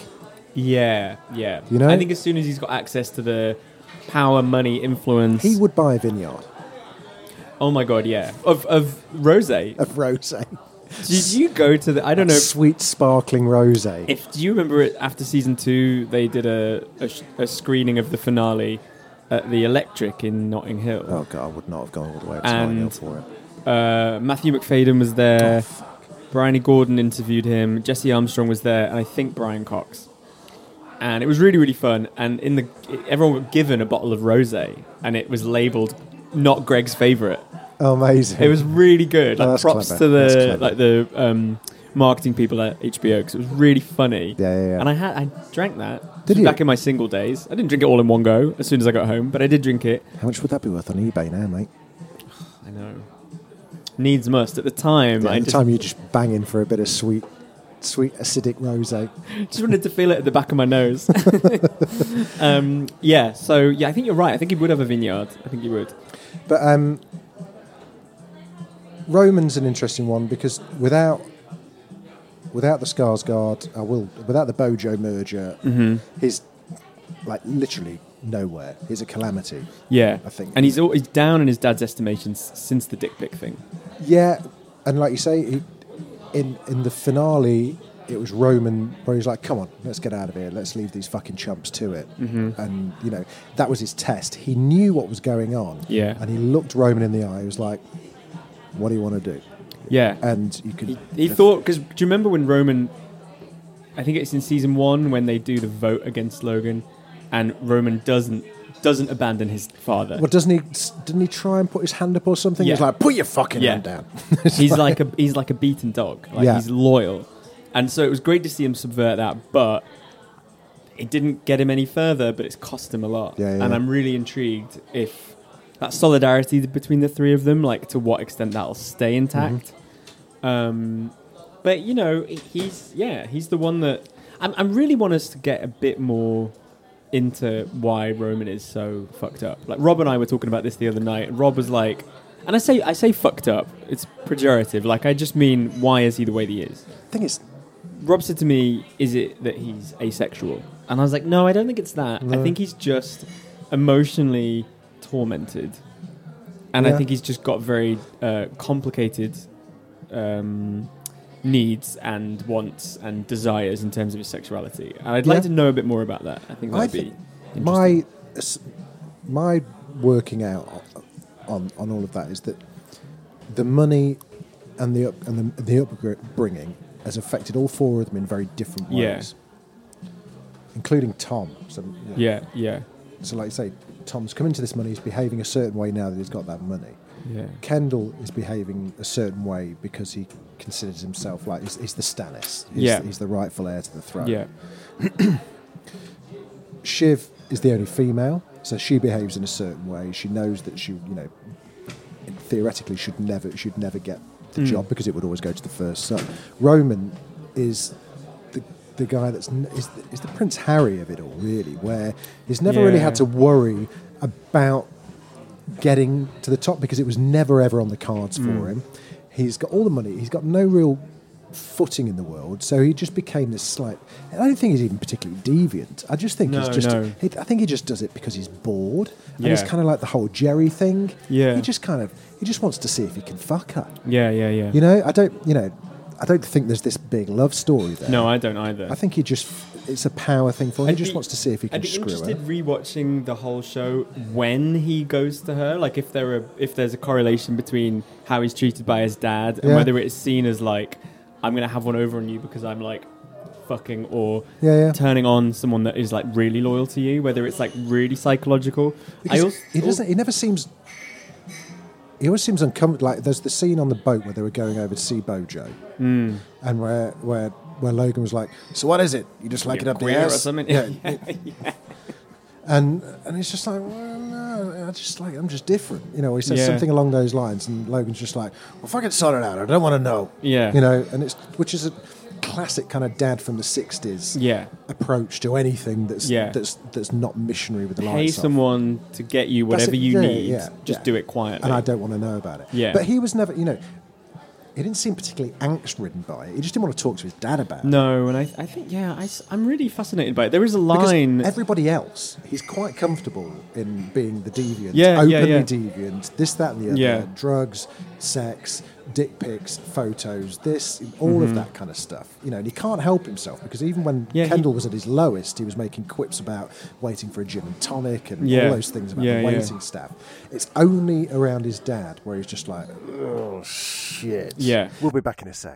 Speaker 3: Yeah, yeah.
Speaker 1: You know?
Speaker 3: I think as soon as he's got access to the power, money, influence,
Speaker 1: He would buy a vineyard
Speaker 3: oh my god, yeah, of of rose. Did
Speaker 1: of rosé, [LAUGHS]
Speaker 3: you go to the? I don't know. if-
Speaker 1: sweet sparkling rosé.
Speaker 3: If do you remember it after season two, they did a a, sh- a screening of the finale at the Electric in Notting Hill.
Speaker 1: Oh god, I would not have gone all the way up to
Speaker 3: And-
Speaker 1: Nottingham for it.
Speaker 3: Uh, Matthew McFadden was there.
Speaker 1: Oh, fuck.
Speaker 3: Bryony Gordon interviewed him. Jesse Armstrong was there, and I think Brian Cox. And it was really really fun. And in the everyone got given a bottle of rosé, and it was labeled not Greg's favorite.
Speaker 1: Oh, Amazing.
Speaker 3: It was really good.
Speaker 1: Oh,
Speaker 3: Like
Speaker 1: that's
Speaker 3: props
Speaker 1: clever.
Speaker 3: to
Speaker 1: That's
Speaker 3: the
Speaker 1: clever.
Speaker 3: like the um, marketing people at HBO because it was really funny.
Speaker 1: Yeah, yeah, yeah.
Speaker 3: And I had I drank that.
Speaker 1: Did
Speaker 3: This was
Speaker 1: you?
Speaker 3: Back in my single days, I didn't drink it all in one go as soon as I got home, but I did drink it.
Speaker 1: How much would that be worth on eBay now, mate?
Speaker 3: I know. Needs must. At the time,
Speaker 1: Yeah,
Speaker 3: I
Speaker 1: at the
Speaker 3: just,
Speaker 1: time you're just banging for a bit of sweet, sweet acidic rosé.
Speaker 3: just wanted to feel it at the back of my nose. [LAUGHS] um, yeah. So yeah, I think you're right. I think he would have a vineyard. I think he would.
Speaker 1: But um, Roman's an interesting one because without without the Skarsgård, I will without the Bojo merger, he's like literally nowhere. He's a calamity.
Speaker 3: Yeah,
Speaker 1: I think-
Speaker 3: And he's al- he's down in his dad's estimations since the dick pic thing.
Speaker 1: Yeah, and like you say, he, in in the finale, it was Roman where he's like, "Come on, let's get out of here. Let's leave these fucking chumps to it." And you know that was his test. He knew what was going on.
Speaker 3: Yeah.
Speaker 1: and he looked Roman in the eye. He was like, "What do you want to do?"
Speaker 3: Yeah.
Speaker 1: And you could.
Speaker 3: He, he thought because do you remember when Roman? I think it's in season one when they do the vote against Logan, and Roman doesn't doesn't abandon his father.
Speaker 1: Well, doesn't he? Didn't he try and put his hand up or something? He's
Speaker 3: Yeah.
Speaker 1: like, "Put your fucking
Speaker 3: Yeah.
Speaker 1: hand down." [LAUGHS]
Speaker 3: he's like a he's like a beaten dog. Like
Speaker 1: Yeah.
Speaker 3: he's loyal, and so it was great to see him subvert that. But it didn't get him any further. But it's cost him a lot.
Speaker 1: Yeah, yeah,
Speaker 3: and
Speaker 1: yeah.
Speaker 3: I'm really intrigued if that solidarity between the three of them, like to what extent that'll stay intact.
Speaker 1: Mm-hmm.
Speaker 3: Um, but you know, he's yeah, he's the one that I'm, I'm really want us to get a bit more into why Roman is so fucked up. Like Rob and I were talking about this the other night, and Rob was like, and I say I say fucked up. It's pejorative. Like I just mean why is he the way that he is?
Speaker 1: thing is,
Speaker 3: Rob said to me, "Is it that he's asexual?" And I was like, "No, I don't think it's that. I think he's just emotionally tormented, and
Speaker 1: Yeah.
Speaker 3: I think he's just got very uh, complicated um, needs and wants and desires in terms of his sexuality. And I'd
Speaker 1: Yeah.
Speaker 3: like to know a bit more about that. I think
Speaker 1: I
Speaker 3: that'd be
Speaker 1: think
Speaker 3: interesting.
Speaker 1: my s- my working out on on all of that is that the money and the up, and the, the upbringing has affected all four of them in very different
Speaker 3: Yeah.
Speaker 1: ways, including Tom. So you know,
Speaker 3: yeah, yeah,
Speaker 1: So like you say, Tom's come into this money. He's behaving a certain way now that he's got that money.
Speaker 3: yeah,
Speaker 1: Kendall is behaving a certain way because he considers himself like he's, he's the Stannis. He's,
Speaker 3: Yeah.
Speaker 1: he's the rightful heir to the throne.
Speaker 3: yeah,
Speaker 1: Shiv is the only female, so she behaves in a certain way. She knows that she, you know, theoretically should never should never get the
Speaker 3: Hmm.
Speaker 1: job because it would always go to the first son. Roman is the the guy that's n- is the, is the Prince Harry of it all, really, where he's never really had
Speaker 3: Yeah.
Speaker 1: to worry about getting to the top because it was never ever on the cards
Speaker 3: Mm.
Speaker 1: for him. He's got all the money. He's got no real footing in the world, so he just became this slight. and I don't think he's even particularly deviant. I just think he's
Speaker 3: No,
Speaker 1: just.
Speaker 3: no.
Speaker 1: he- I think he just does it because he's bored, and it's
Speaker 3: Yeah.
Speaker 1: kind of like the whole Jerry thing.
Speaker 3: Yeah.
Speaker 1: he just kind of he just wants to see if he can fuck her.
Speaker 3: yeah, yeah, yeah.
Speaker 1: You know, I don't. You know, I don't think there's this big love story there.
Speaker 3: no, I don't either.
Speaker 1: I think he just. It's a power thing for him. he just wants to see if he can
Speaker 3: I'd be
Speaker 1: screw
Speaker 3: interested
Speaker 1: her.
Speaker 3: rewatching the whole show when he goes to her, like if there are if there's a correlation between how he's treated by his dad and
Speaker 1: Yeah.
Speaker 3: whether it's seen as like I'm gonna have one over on you because I'm like fucking or
Speaker 1: Yeah, yeah.
Speaker 3: turning on someone that is like really loyal to you, whether it's like really psychological.
Speaker 1: Because
Speaker 3: I also
Speaker 1: he doesn't. He never seems. He always seems uncomfortable. Like there's the scene on the boat where they were going over to see Bojo,
Speaker 3: Hmm.
Speaker 1: and where where where Logan was like, "So what is it? You just like
Speaker 3: You're
Speaker 1: it up the
Speaker 3: queer or
Speaker 1: ass?"
Speaker 3: something? [LAUGHS]
Speaker 1: And and it's just like, well, no, I just like I'm just different. You know, he says
Speaker 3: Yeah.
Speaker 1: something along those lines, and Logan's just like, "Well, fucking sort it out. I don't want to know."
Speaker 3: Yeah.
Speaker 1: you know, and it's which is a classic kind of dad from the '60s
Speaker 3: Yeah.
Speaker 1: approach to anything that's
Speaker 3: Yeah.
Speaker 1: that's that's not missionary with the
Speaker 3: pay
Speaker 1: lights off.
Speaker 3: someone to get you
Speaker 1: That's
Speaker 3: whatever
Speaker 1: it.
Speaker 3: you
Speaker 1: Yeah,
Speaker 3: need.
Speaker 1: yeah,
Speaker 3: just
Speaker 1: yeah.
Speaker 3: do it quietly.
Speaker 1: And I don't want to know about it.
Speaker 3: Yeah.
Speaker 1: But he was never, you know, he didn't seem particularly angst ridden by it. He just didn't want to talk to his dad about it.
Speaker 3: no, and I, I think yeah, I, am really fascinated by it. There is a
Speaker 1: Because
Speaker 3: line.
Speaker 1: everybody else, he's quite comfortable in being the deviant,
Speaker 3: Yeah,
Speaker 1: openly
Speaker 3: yeah, yeah.
Speaker 1: deviant, this, that, and the other,
Speaker 3: Yeah.
Speaker 1: drugs, sex, dick pics, photos, this, all of that kind of stuff. You know, and he can't help himself because even when
Speaker 3: Mm-hmm. Yeah, he-
Speaker 1: Kendall was at his lowest, he was making quips about waiting for a gin and tonic and
Speaker 3: Yeah.
Speaker 1: all those things about
Speaker 3: Yeah,
Speaker 1: the
Speaker 3: yeah.
Speaker 1: waiting staff. It's only around his dad where he's just like, oh shit.
Speaker 3: Yeah.
Speaker 1: We'll be back in a sec.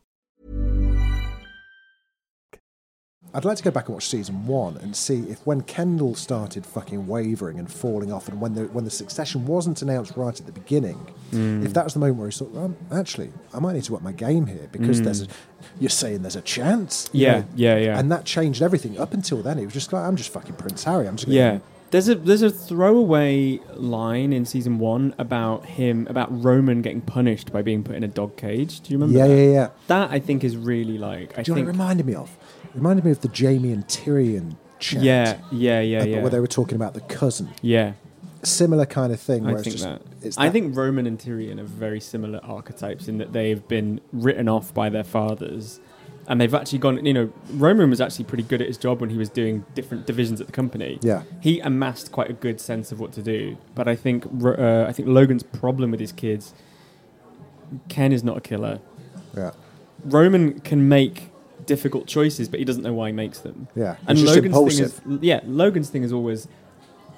Speaker 1: I'd like to go back and watch season one and see if when Kendall started fucking wavering and falling off, and when the when the succession wasn't announced right at the beginning,
Speaker 3: Mm.
Speaker 1: if that was the moment where he thought, well, actually, I might need to up my game here because there's a, you're saying there's a chance. you
Speaker 3: Mm. Yeah, yeah, yeah.
Speaker 1: And that changed everything. Up until then, he was just like, I'm just fucking Prince Harry. I'm just gonna
Speaker 3: Yeah. There's a there's a throwaway line in season one about him about Roman getting punished by being put in a dog cage. Do you remember?
Speaker 1: yeah,
Speaker 3: that?
Speaker 1: yeah, yeah.
Speaker 3: That I think is really like I
Speaker 1: Do you know
Speaker 3: think
Speaker 1: what it reminded me of? It reminded me of the Jamie and Tyrion chant.
Speaker 3: yeah yeah yeah
Speaker 1: uh,
Speaker 3: yeah
Speaker 1: Where they were talking about the cousin,
Speaker 3: yeah.
Speaker 1: similar kind of thing. Where
Speaker 3: I
Speaker 1: it's
Speaker 3: think
Speaker 1: just,
Speaker 3: that.
Speaker 1: It's
Speaker 3: I think Roman and Tyrion are very similar archetypes in that they've been written off by their fathers, and they've actually gone. You know, Roman was actually pretty good at his job when he was doing different divisions at the company.
Speaker 1: Yeah.
Speaker 3: he amassed quite a good sense of what to do. But I think Ro- uh, I think Logan's problem with his kids. Ken is not a killer.
Speaker 1: Yeah.
Speaker 3: Roman can make difficult choices, but he doesn't know why he makes them.
Speaker 1: Yeah,
Speaker 3: and
Speaker 1: he's just
Speaker 3: Logan's
Speaker 1: impulsive.
Speaker 3: thing is yeah, Logan's thing is always,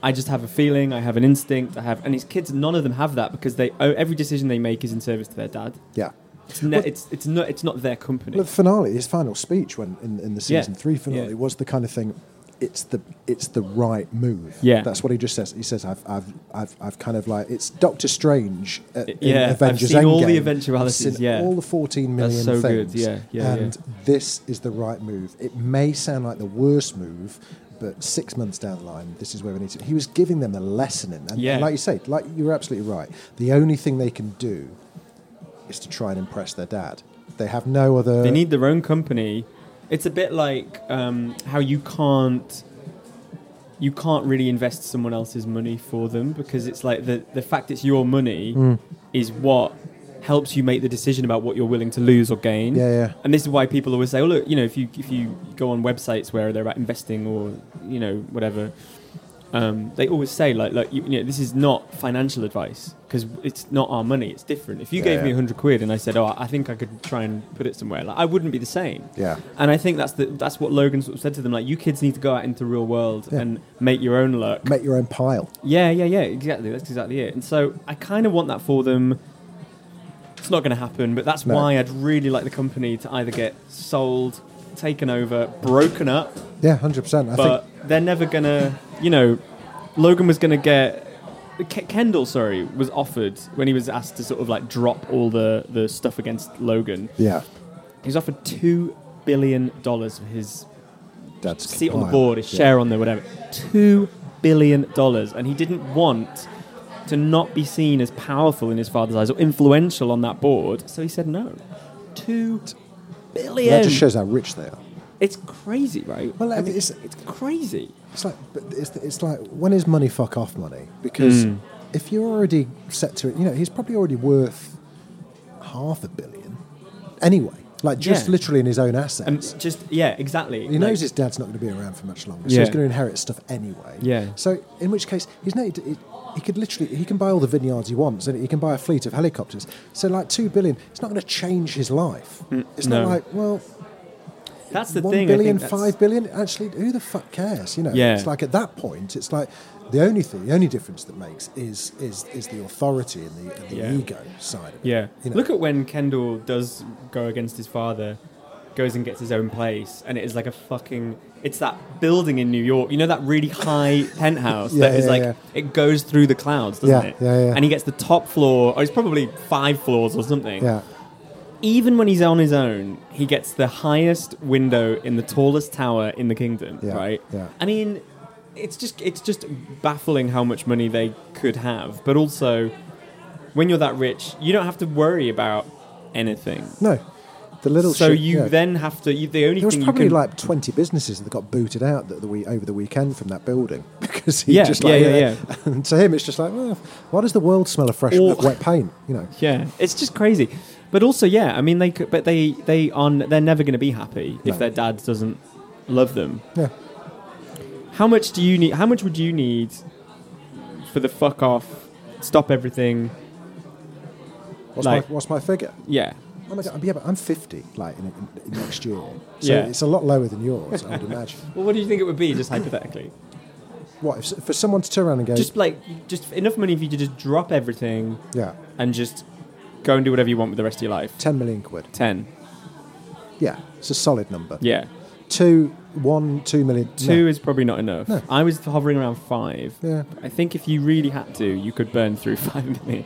Speaker 3: I just have a feeling, I have an instinct, I have, and his kids, none of them have that because they oh, every decision they make is in service to their dad.
Speaker 1: Yeah.
Speaker 3: It's ne- it's it's not it's not their company.
Speaker 1: Well, the finale, his final speech when in, in the
Speaker 3: Yeah.
Speaker 1: season three finale
Speaker 3: Yeah.
Speaker 1: was the kind of thing. It's the it's the right move.
Speaker 3: Yeah.
Speaker 1: that's what he just says. He says, "I've I've I've, I've kind of like it's Doctor Strange." At, in
Speaker 3: yeah, I've
Speaker 1: Avengers
Speaker 3: seen all the
Speaker 1: Endgame.
Speaker 3: eventualities,
Speaker 1: I've seen
Speaker 3: yeah.
Speaker 1: all the fourteen million
Speaker 3: so good,
Speaker 1: things.
Speaker 3: yeah, yeah,
Speaker 1: and
Speaker 3: yeah.
Speaker 1: this is the right move. It may sound like the worst move. But six months down the line, this is where we need to. He was giving them a lesson, in, and,
Speaker 3: Yeah.
Speaker 1: and like you say, like you're absolutely right. The only thing they can do is to try and impress their dad. They have no other.
Speaker 3: They need their own company. It's a bit like um, how you can't you can't really invest someone else's money for them because it's like the the fact it's your money is what helps you make the decision about what you're willing to lose or gain.
Speaker 1: Yeah, yeah.
Speaker 3: And this is why people always say, "Oh, look, you know, if you if you go on websites where they're about investing or you know whatever." um, they always say like, like you, you know, this is not financial advice because it's not our money. It's different. If you
Speaker 4: Yeah,
Speaker 3: gave me
Speaker 4: yeah.
Speaker 3: me hundred quid and I said, oh, I think I could try and put it somewhere, like I wouldn't be the same.
Speaker 1: Yeah.
Speaker 3: And I think that's the, that's what Logan sort of said to them. Like, you kids need to go out into the real world and make your own luck.
Speaker 1: Make your own pile.
Speaker 3: Yeah, yeah, yeah, exactly. That's exactly it. And so I kind of want that for them. It's not going to happen, but that's
Speaker 1: No.
Speaker 3: why I'd really like the company to either get sold, taken over, broken up,
Speaker 1: Yeah, hundred percent. I
Speaker 3: but
Speaker 1: think
Speaker 3: they're never going to, you know, Logan was going to get. Ke- Kendall, sorry, was offered when he was asked to sort of like drop all the, the stuff against Logan.
Speaker 1: yeah,
Speaker 3: He was offered $2 billion for his
Speaker 1: that's
Speaker 3: seat on the
Speaker 1: pile.
Speaker 3: board, his
Speaker 1: Yeah.
Speaker 3: share on there, whatever. Two billion dollars, and he didn't want to not be seen as powerful in his father's eyes or influential on that board, so he said no. Two billion.
Speaker 1: That just shows how rich they are.
Speaker 3: it's crazy, right?
Speaker 1: Well,
Speaker 3: I mean,
Speaker 1: it's-
Speaker 3: it's crazy.
Speaker 1: It's like, but it's, it's like, when is money fuck off money? Because
Speaker 3: Mm.
Speaker 1: if you're already set to it, you know, he's probably already worth half a billion anyway. Like just
Speaker 3: Yeah.
Speaker 1: literally in his own
Speaker 3: And
Speaker 1: assets.
Speaker 3: just yeah, exactly.
Speaker 1: he knows
Speaker 3: Like,
Speaker 1: his dad's not going to be around for much longer, so
Speaker 3: Yeah.
Speaker 1: he's going to inherit stuff anyway.
Speaker 3: Yeah.
Speaker 1: So in which case, he's no, he, he could literally he can buy all the vineyards he wants, and he can buy a fleet of helicopters. So like two billion, it's not going to change his life. it's
Speaker 3: Mm, no.
Speaker 1: not like well,
Speaker 3: that's the
Speaker 1: one
Speaker 3: thing. I
Speaker 1: billion,
Speaker 3: think that's-
Speaker 1: five billion. Actually, who the fuck cares? You know,
Speaker 3: Yeah.
Speaker 1: it's like at that point, it's like the only thing, the only difference that makes is is is the authority and the, and the
Speaker 3: Yeah.
Speaker 1: ego side. Of it.
Speaker 3: Yeah.
Speaker 1: You know?
Speaker 3: Look at when Kendall does go against his father, goes and gets his own place, and it is like a fucking. It's that building in New York. You know that
Speaker 1: [LAUGHS]
Speaker 3: really high penthouse
Speaker 1: Yeah,
Speaker 3: that is
Speaker 1: yeah,
Speaker 3: like
Speaker 1: yeah.
Speaker 3: it goes through the clouds, doesn't
Speaker 1: Yeah,
Speaker 3: it?
Speaker 1: yeah, yeah.
Speaker 3: And he gets the top floor, or it's probably five floors or something.
Speaker 1: yeah,
Speaker 3: Even when he's on his own, he gets the highest window in the tallest tower in the kingdom.
Speaker 1: Yeah,
Speaker 3: right?
Speaker 1: yeah.
Speaker 3: I mean, it's just it's just baffling how much money they could have, but also when you're that rich, you don't have to worry about anything.
Speaker 1: no, the little.
Speaker 3: So
Speaker 1: shit,
Speaker 3: you
Speaker 1: yeah.
Speaker 3: then have to. You, the only
Speaker 1: There was
Speaker 3: thing
Speaker 1: probably
Speaker 3: you can,
Speaker 1: like twenty businesses that got booted out that the week, over the weekend from that building [LAUGHS] because he
Speaker 3: Yeah,
Speaker 1: just
Speaker 3: yeah,
Speaker 1: like
Speaker 3: yeah,
Speaker 1: yeah. And to him, it's just like, well, why does the world smell of fresh
Speaker 3: Or-
Speaker 1: wet paint? You know,
Speaker 3: yeah, it's just crazy. But also, yeah, I mean, they could, but they they are n- they're never going to be happy
Speaker 1: No.
Speaker 3: if their dad doesn't love them.
Speaker 1: yeah,
Speaker 3: How much do you need? How much would you need for the fuck off? Stop everything.
Speaker 1: what's
Speaker 3: Like-
Speaker 1: my what's my figure?
Speaker 3: Yeah,
Speaker 1: Oh my God, yeah, but I'm 50, like in, in, in next year. So
Speaker 3: Yeah.
Speaker 1: it's a lot lower than yours, I would
Speaker 3: [LAUGHS]
Speaker 1: imagine.
Speaker 3: Well, what do you think it would be,
Speaker 1: [LAUGHS]
Speaker 3: just hypothetically?
Speaker 1: What if, for someone to turn around and go,
Speaker 3: just like, just enough money for you to just drop everything
Speaker 1: yeah,
Speaker 3: and just go and do whatever you want with the rest of your life.
Speaker 1: 10 million quid.
Speaker 3: Ten.
Speaker 1: Yeah, it's a solid number.
Speaker 3: Yeah.
Speaker 1: Two, one, two million. no.
Speaker 3: Two is probably not enough.
Speaker 1: No.
Speaker 3: I was hovering around five.
Speaker 1: Yeah.
Speaker 3: I think if you really had to, you could burn through [LAUGHS] five million.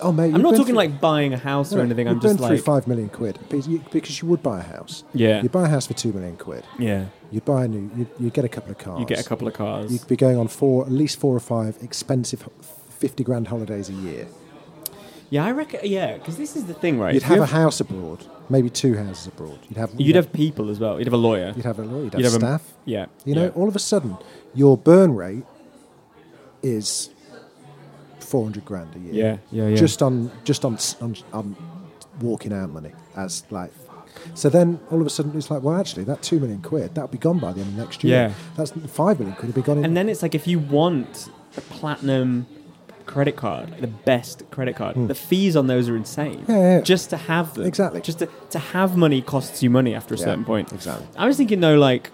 Speaker 1: Oh, mate,
Speaker 3: I'm
Speaker 1: you've
Speaker 3: not
Speaker 1: been
Speaker 3: talking
Speaker 1: through-
Speaker 3: like buying a house
Speaker 1: no,
Speaker 3: or anything.
Speaker 1: you've
Speaker 3: I'm just
Speaker 1: been
Speaker 3: like,
Speaker 1: through five million quid because you, because you would buy a house.
Speaker 3: Yeah.
Speaker 1: You'd buy a house for two million quid.
Speaker 3: yeah,
Speaker 1: You'd buy a new, you'd, you'd get a couple of cars.
Speaker 3: you get a couple of cars.
Speaker 1: You'd be going on four, at least four or five expensive ho- 50 grand holidays a year.
Speaker 3: yeah, I reckon. Yeah, because this is the thing, right?
Speaker 1: You'd
Speaker 3: If you
Speaker 1: have a house abroad, maybe two houses abroad. You'd have,
Speaker 3: You'd have people as well. You'd have a lawyer.
Speaker 1: You'd have a lawyer, you'd have,
Speaker 3: You'd have a-
Speaker 1: staff.
Speaker 3: yeah,
Speaker 1: You know,
Speaker 3: yeah.
Speaker 1: all of a sudden, your burn rate is four hundred grand a year.
Speaker 3: Yeah, yeah, yeah.
Speaker 1: Just on just on s- on, on walking out money as like. So then, all of a sudden, it's like, well, actually, that two million quid that'll be gone by the end of next year.
Speaker 3: Yeah.
Speaker 1: That's five million quid will be gone in.
Speaker 3: And then it's like if you want a platinum credit card, like the best credit card, the fees on those are insane.
Speaker 1: Hmm. Yeah, yeah, yeah.
Speaker 3: Just to have them.
Speaker 1: Exactly.
Speaker 3: Just to, to have money costs you money after a
Speaker 1: Yeah,
Speaker 3: certain point.
Speaker 1: exactly.
Speaker 3: I was thinking though, like,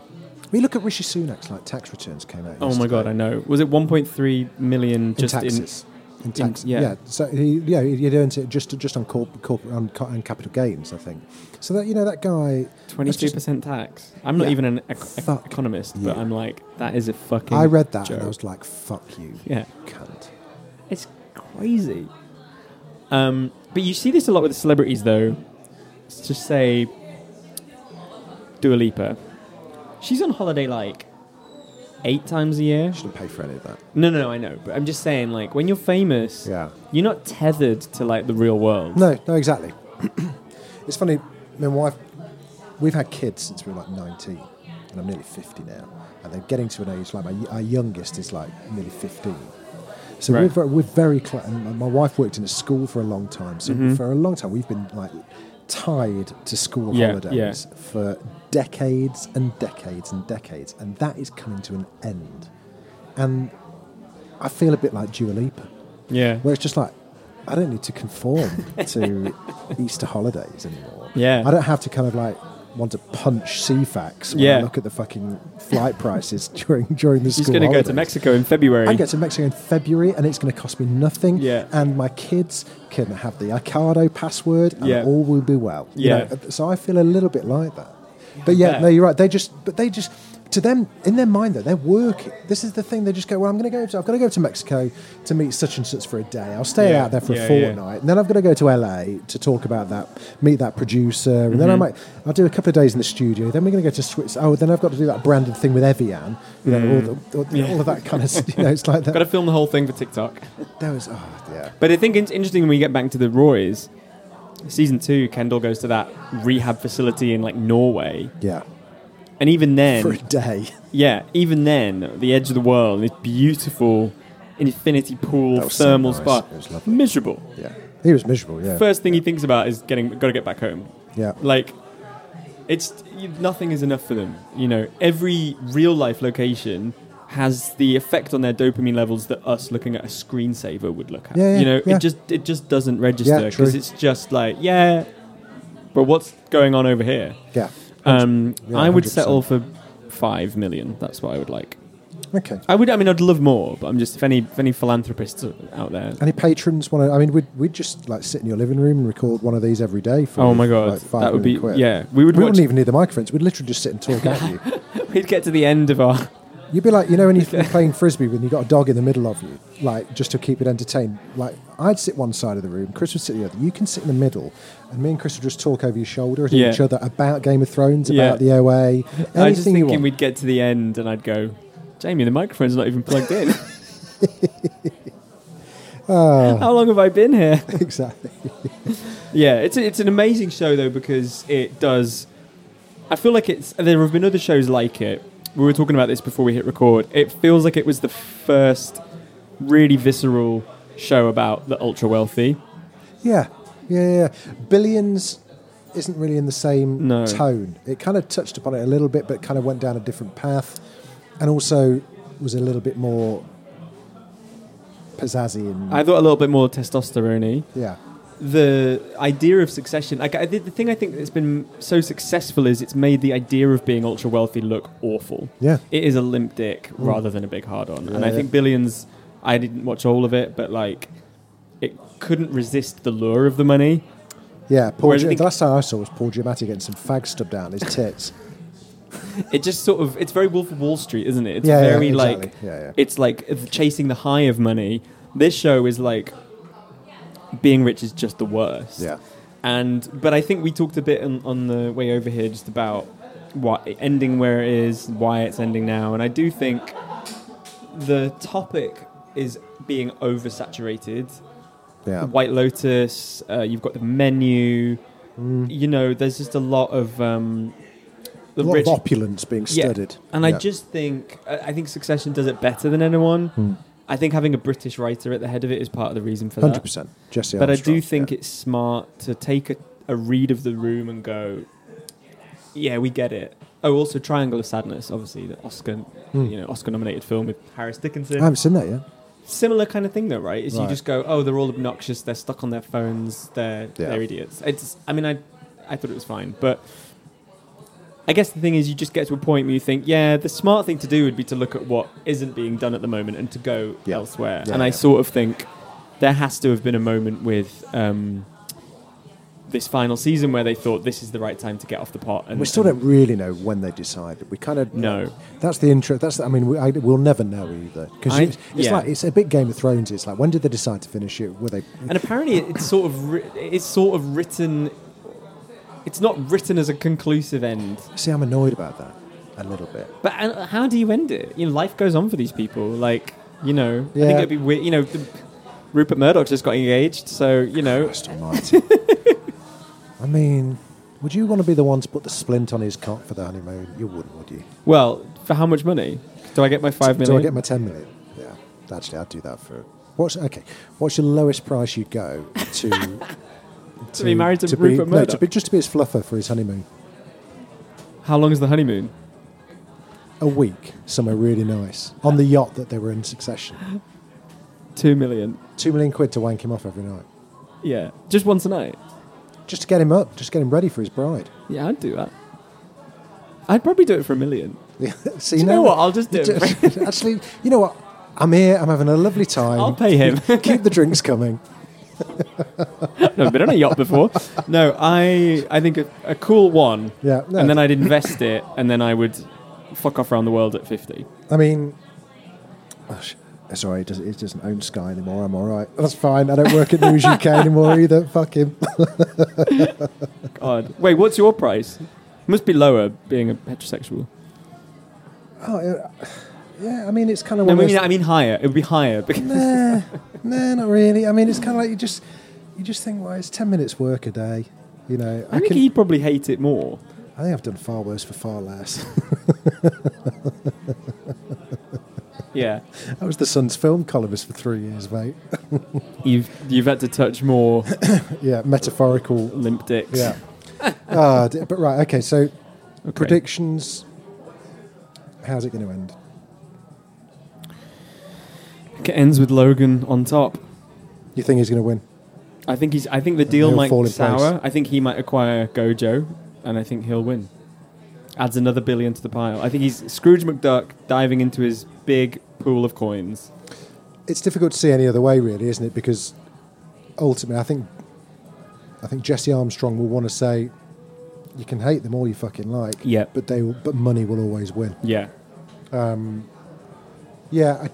Speaker 1: we look at Rishi Sunak's like tax returns came out.
Speaker 3: oh my god, I know. Was it 1.3 million
Speaker 1: in
Speaker 3: just
Speaker 1: taxes. In, tax, yeah.
Speaker 3: yeah.
Speaker 1: So he, yeah, he he earned it just just on corporate corporate on, co- on capital gains, I think. So that you know that guy, that's
Speaker 3: Twenty-two
Speaker 1: just-
Speaker 3: percent tax. I'm not
Speaker 1: Yeah.
Speaker 3: even an ec- ec-
Speaker 1: Fuck
Speaker 3: economist,
Speaker 1: you.
Speaker 3: but I'm like, that is a fucking.
Speaker 1: I read that and I
Speaker 3: joke.
Speaker 1: was like, fuck you,
Speaker 3: Yeah.
Speaker 1: cunt.
Speaker 3: It's crazy. Um, but you see this a lot with the celebrities, though. Let's just say Dua Lipa. She's on holiday like eight times a year.
Speaker 1: Shouldn't pay for any of that.
Speaker 3: No, no, no, I know. But I'm just saying, like, when you're famous,
Speaker 1: Yeah.
Speaker 3: you're not tethered to like the real world.
Speaker 1: No, no, exactly. [CLEARS THROAT] it's funny, my wife, we've had kids since we were like 19, and I'm nearly 50 now. And they're getting to an age like my, our youngest is like nearly 15. So we're
Speaker 3: Right.
Speaker 1: very, we're very close. My wife worked in a school for a long time. So
Speaker 3: Mm-hmm.
Speaker 1: for a long time, we've been like tied to school
Speaker 3: Yeah,
Speaker 1: holidays for decades and decades and decades. And that is coming to an end. and I feel a bit like Dua Lipa,
Speaker 3: Yeah.
Speaker 1: where it's just like I don't need to conform
Speaker 3: [LAUGHS]
Speaker 1: to Easter holidays anymore.
Speaker 3: Yeah.
Speaker 1: I don't have to kind of like want to punch CFAX when I
Speaker 3: Yeah.
Speaker 1: look at the fucking flight prices [LAUGHS] during during the
Speaker 3: She's
Speaker 1: school
Speaker 3: going to go to
Speaker 1: holidays.
Speaker 3: Mexico in February.
Speaker 1: I can get to Mexico in February, and it's going to cost me nothing.
Speaker 3: Yeah.
Speaker 1: And my kids can have the Icardo password, and
Speaker 3: Yeah.
Speaker 1: all will be well. you
Speaker 3: Yeah.
Speaker 1: know. so I feel a little bit like that. But yeah,
Speaker 3: Yeah.
Speaker 1: no, you're right. They just, but they just, to them, in their mind, though, they're working. This is the thing. They just go, well, I'm going to go. To, I've got to go to Mexico to meet such and such for a day. I'll stay
Speaker 3: Yeah.
Speaker 1: out there for a
Speaker 3: Yeah, yeah.
Speaker 1: fortnight, and then I've got to go to LA to talk about that, meet that producer, and then I
Speaker 3: Mm-hmm.
Speaker 1: might, I'll do a couple of days in the studio. Then we're going to go to Switzerland. Oh, then I've got to do that branded thing with Evian. You know, all,
Speaker 3: Mm.
Speaker 1: the, all, you know, all of that kind of, you know, it's like that.
Speaker 3: Got
Speaker 1: [LAUGHS]
Speaker 3: to film the whole thing for TikTok.
Speaker 1: There was, oh, yeah.
Speaker 3: But I think it's interesting when we get back to the Raw is season two, Kendall goes to that rehab facility in like Norway.
Speaker 1: Yeah.
Speaker 3: And even then,
Speaker 1: For a day.
Speaker 3: yeah, even then, the edge of the world, this beautiful infinity pool
Speaker 1: That was so
Speaker 3: thermal
Speaker 1: nice.
Speaker 3: spa,
Speaker 1: It was lovely.
Speaker 3: miserable.
Speaker 1: Yeah. [LAUGHS] He was miserable, yeah.
Speaker 3: First thing he thinks about is getting, got to get back home.
Speaker 1: yeah.
Speaker 3: Like, it's you, nothing is enough for them. You know, every real life location has the effect on their dopamine levels that us looking at a screensaver would look at.
Speaker 1: Yeah, yeah,
Speaker 3: you know,
Speaker 1: yeah.
Speaker 3: it just it just doesn't register
Speaker 1: Yeah, true.
Speaker 3: because it's just like yeah, but what's going on over here?
Speaker 1: yeah.
Speaker 3: Um,
Speaker 1: Yeah,
Speaker 3: I would
Speaker 1: 100%.
Speaker 3: settle for five million. That's what I would like.
Speaker 1: Okay.
Speaker 3: I would. I mean, I'd love more, but I'm just if any if any philanthropists are out there. [LAUGHS]
Speaker 1: Any patrons want to? I mean, we'd, we'd just like sit in your living room and record one of these every day for
Speaker 3: Oh my god,
Speaker 1: like, five
Speaker 3: that would be
Speaker 1: million quid.
Speaker 3: yeah. We would
Speaker 1: We
Speaker 3: watch,
Speaker 1: wouldn't even need the microphones. We'd literally just sit and talk
Speaker 3: [LAUGHS]
Speaker 1: at you.
Speaker 3: we'd get to the end of our
Speaker 1: You'd be like, you know,
Speaker 3: [LAUGHS]
Speaker 1: when you're playing frisbee, when you've got a dog in the middle of you, like just to keep it entertained. Like, I'd sit one side of the room, Chris would sit the other. You can sit in the middle, and me and Chris would just talk over your shoulder at
Speaker 3: Yeah.
Speaker 1: each other about Game of Thrones, about the
Speaker 3: Yeah.
Speaker 1: OA,
Speaker 3: I was just
Speaker 1: anything you
Speaker 3: thinking
Speaker 1: want.
Speaker 3: we'd get to the end and I'd go, Jamie, the microphone's not even
Speaker 1: [LAUGHS]
Speaker 3: plugged in.
Speaker 1: Uh.
Speaker 3: How long have I been here?
Speaker 1: [LAUGHS] exactly.
Speaker 3: yeah, it's a, it's an amazing show though because it does. I feel like it's there have been other shows like it. We were talking about this before we hit record. It feels like it was the first really visceral show about the ultra wealthy.
Speaker 1: Yeah, yeah, yeah. Billions isn't really in the same
Speaker 3: No.
Speaker 1: tone. It kind of touched upon it a little bit, but kind of went down a different path, and also was a little bit more pizzazzy and
Speaker 3: I thought a little bit more testosterone.
Speaker 1: yeah,
Speaker 3: the idea of succession like I, the the thing i think that's been so successful is it's made the idea of being ultra wealthy look awful
Speaker 1: Yeah. Mm.
Speaker 3: it is a limp dick rather than a big hard on and i
Speaker 1: yeah.
Speaker 3: think billions i didn't watch all of it but like it couldn't resist the lure of the money
Speaker 1: yeah. Paul,
Speaker 3: Whereas I
Speaker 1: Gi-
Speaker 3: think-
Speaker 1: the last time I saw was Paul Giamatti getting some fag stubbed out in his tits.
Speaker 3: it just sort of it's very wolf of wall street isn't it it's
Speaker 1: Yeah, yeah,
Speaker 3: very
Speaker 1: exactly.
Speaker 3: like
Speaker 1: Yeah, yeah.
Speaker 3: it's like chasing the high of money this show is like being rich is just the worst
Speaker 1: Yeah.
Speaker 3: and but i think we talked a bit on, on the way over here just about what ending where it is why it's ending now and i do think the topic is being oversaturated
Speaker 1: yeah,
Speaker 3: White Lotus. Uh, you've got the menu.
Speaker 1: Mm.
Speaker 3: You know, there's just a lot of um,
Speaker 1: a
Speaker 3: the
Speaker 1: lot
Speaker 3: rich.
Speaker 1: of opulence being
Speaker 3: Yeah.
Speaker 1: studied.
Speaker 3: And
Speaker 1: Yeah.
Speaker 3: I just think I I think Succession does it better than anyone. I think having a British writer at the head of it is part of the reason for
Speaker 1: Hmm. hundred
Speaker 3: that.
Speaker 1: percent Jesse.
Speaker 3: uh, But I
Speaker 1: Armstrong,
Speaker 3: do think
Speaker 1: yeah.
Speaker 3: it's smart to take a, a read of the room and go, yeah, we get it. Oh, also Triangle of Sadness, obviously the Oscar,
Speaker 1: Hmm.
Speaker 3: you know, Oscar-nominated film with Harris Dickinson
Speaker 1: I haven't seen that yet.
Speaker 3: similar kind of thing though right is
Speaker 1: Right.
Speaker 3: you just go oh they're all obnoxious they're stuck on their phones they're
Speaker 1: Yeah.
Speaker 3: they're idiots it's i mean i i thought it was fine but i guess the thing is you just get to a point where you think yeah the smart thing to do would be to look at what isn't being done at the moment and to go
Speaker 1: Yeah.
Speaker 3: elsewhere
Speaker 1: Yeah,
Speaker 3: and i
Speaker 1: yeah.
Speaker 3: sort of think there has to have been a moment with um this final season where they thought this is the right time to get off the pot and
Speaker 1: We still
Speaker 3: and-
Speaker 1: don't really know when they decide. We kind of
Speaker 3: No.
Speaker 1: That's the intro. That's the, I mean, we, I, we'll never know either because
Speaker 3: I-
Speaker 1: it's, it's
Speaker 3: yeah.
Speaker 1: like it's a bit Game of Thrones. It's like when did they decide to finish it? Were they?
Speaker 3: and apparently it- it's sort of ri- it's sort of written it's not written as a conclusive end
Speaker 1: See, I'm annoyed about that a little bit.
Speaker 3: But uh, how do you end it? You know, life goes on for these people. Like, you know, I
Speaker 1: Yeah.
Speaker 3: think it'd be weird. You know, the, Rupert Murdoch just got engaged, so you know,
Speaker 1: Christ
Speaker 3: [LAUGHS]
Speaker 1: almighty. I mean, would you want to be the one to put the splint on his cock for the honeymoon? You wouldn't, would you?
Speaker 3: well, for how much money do I get my five
Speaker 1: Do I
Speaker 3: million?
Speaker 1: get my ten million? Yeah, actually, I'd do that for. What's okay? What's your lowest price you go to? to,
Speaker 3: be married [LAUGHS] to
Speaker 1: be-
Speaker 3: Rupert
Speaker 1: no, to
Speaker 3: Murdoch?
Speaker 1: be, just to be his fluffer for his honeymoon.
Speaker 3: how long is the honeymoon?
Speaker 1: a week somewhere really nice on the yacht that they were in succession.
Speaker 3: Two million.
Speaker 1: Two million quid to wank him off every night.
Speaker 3: Yeah. Just once a night.
Speaker 1: Just to get him up, just get him ready for his bride. [LAUGHS]
Speaker 3: Yeah, I'd do that. I'd probably do it for a million.
Speaker 1: so
Speaker 3: you know what? I'll just do
Speaker 1: [LAUGHS]
Speaker 3: it.
Speaker 1: Actually, you know what? I'm here. I'm having a lovely time.
Speaker 3: I'll pay
Speaker 1: [LAUGHS]
Speaker 3: him. [LAUGHS]
Speaker 1: Keep the drinks coming.
Speaker 3: Never been on a yacht before. No, I I think a, a cool one.
Speaker 1: Yeah, no.
Speaker 3: and then I'd invest it, and then I would fuck off around the world at fifty.
Speaker 1: I mean, oh, sh- sorry, it doesn't, it doesn't own Sky anymore. I'm all right. That's fine. I don't work at News [LAUGHS] UK anymore either. Fuck him.
Speaker 3: God. Wait, what's your price? Must be lower being a heterosexual.
Speaker 1: Yeah, I mean, it's kind of
Speaker 3: No, I
Speaker 1: one of
Speaker 3: mean,
Speaker 1: those-
Speaker 3: I mean higher. It would be higher because
Speaker 1: Nah, [LAUGHS] nah, not really. I mean, it's kind of like you just you just think, well, it's ten minutes work a day. You know,
Speaker 3: I think he'd probably hate it more.
Speaker 1: I think I've done far worse for far less. [LAUGHS]
Speaker 3: Yeah,
Speaker 1: I was the Sun's film columnist for three years, mate. [LAUGHS]
Speaker 3: you've you've had to touch [LAUGHS] more
Speaker 1: yeah, metaphorical.
Speaker 3: limp dicks. [LAUGHS]
Speaker 1: Yeah. Ah, d- but right, okay. So
Speaker 3: Okay.
Speaker 1: predictions. How's it going to end?
Speaker 3: It ends with Logan on top.
Speaker 1: You think he's going to win?
Speaker 3: I think he's. I think the deal
Speaker 1: they'll
Speaker 3: might
Speaker 1: fall in
Speaker 3: sour.
Speaker 1: place.
Speaker 3: I think he might acquire Gojo, and I think he'll win. Adds another billion to the pile. I think he's Scrooge McDuck diving into his big pool of coins.
Speaker 1: It's difficult to see any other way, really, isn't it? Because ultimately, I think I think Jesse Armstrong will want to say, "You can hate them all you fucking like,
Speaker 3: Yeah.
Speaker 1: but they will, but money will always win."
Speaker 3: Yeah,
Speaker 1: Yeah,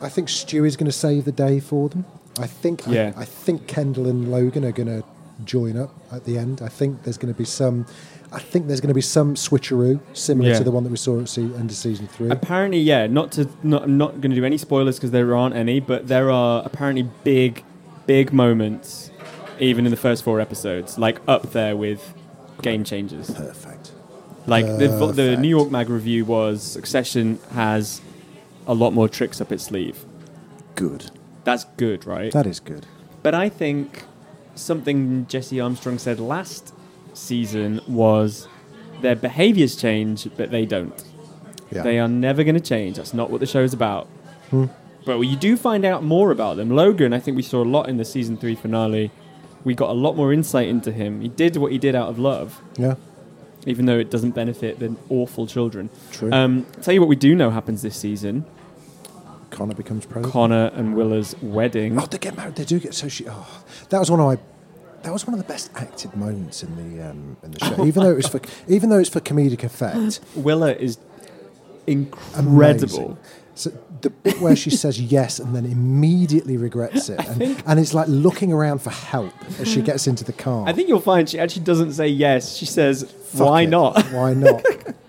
Speaker 1: I, I think Stu is going to save the day for them. I think I-
Speaker 3: Yeah.
Speaker 1: I, think Kendall and Logan are going to join up at the end. I think there's going to be some. I think there's going to be some switcheroo similar
Speaker 3: Yeah.
Speaker 1: to the one that we saw at se- end of season three.
Speaker 3: Apparently, yeah. Not to. Not, I'm not going to do any spoilers because there aren't any. But there are apparently big, big moments, even in the first four episodes, like up there with game changers.
Speaker 1: Perfect.
Speaker 3: Like the, vo- the
Speaker 1: Perfect.
Speaker 3: New York Mag review was Succession has a lot more tricks up its sleeve.
Speaker 1: Good.
Speaker 3: That's good, right?
Speaker 1: That is good.
Speaker 3: But I think something Jesse Armstrong said last season was their behaviors change, but they don't.
Speaker 1: Yeah. Hmm.
Speaker 3: They are never going to change. That's not what the show's about. But you do find out more about them. Logan, I think we saw a lot in the season three finale. We got a lot more insight into him. He did what he did out of love,
Speaker 1: Yeah.
Speaker 3: even though it doesn't benefit the awful children.
Speaker 1: True.
Speaker 3: Um, tell you what, we do know happens this season
Speaker 1: Connor becomes president.
Speaker 3: Connor and Willa's wedding.
Speaker 1: Oh, they get married. They do get so. She, oh, that was one of my. That was one of the best acted moments in the um, in the show.
Speaker 3: [LAUGHS]
Speaker 1: even though it was for even though it's for comedic effect,
Speaker 3: Willa is
Speaker 1: amazing.
Speaker 3: incredible.
Speaker 1: So the bit where she says yes and then immediately regrets it, and, and it's like looking around for help as she gets into the car.
Speaker 3: I think you'll find she actually doesn't say yes. She says,
Speaker 1: Fuck
Speaker 3: "Why
Speaker 1: it.
Speaker 3: not? [LAUGHS]
Speaker 1: Why not?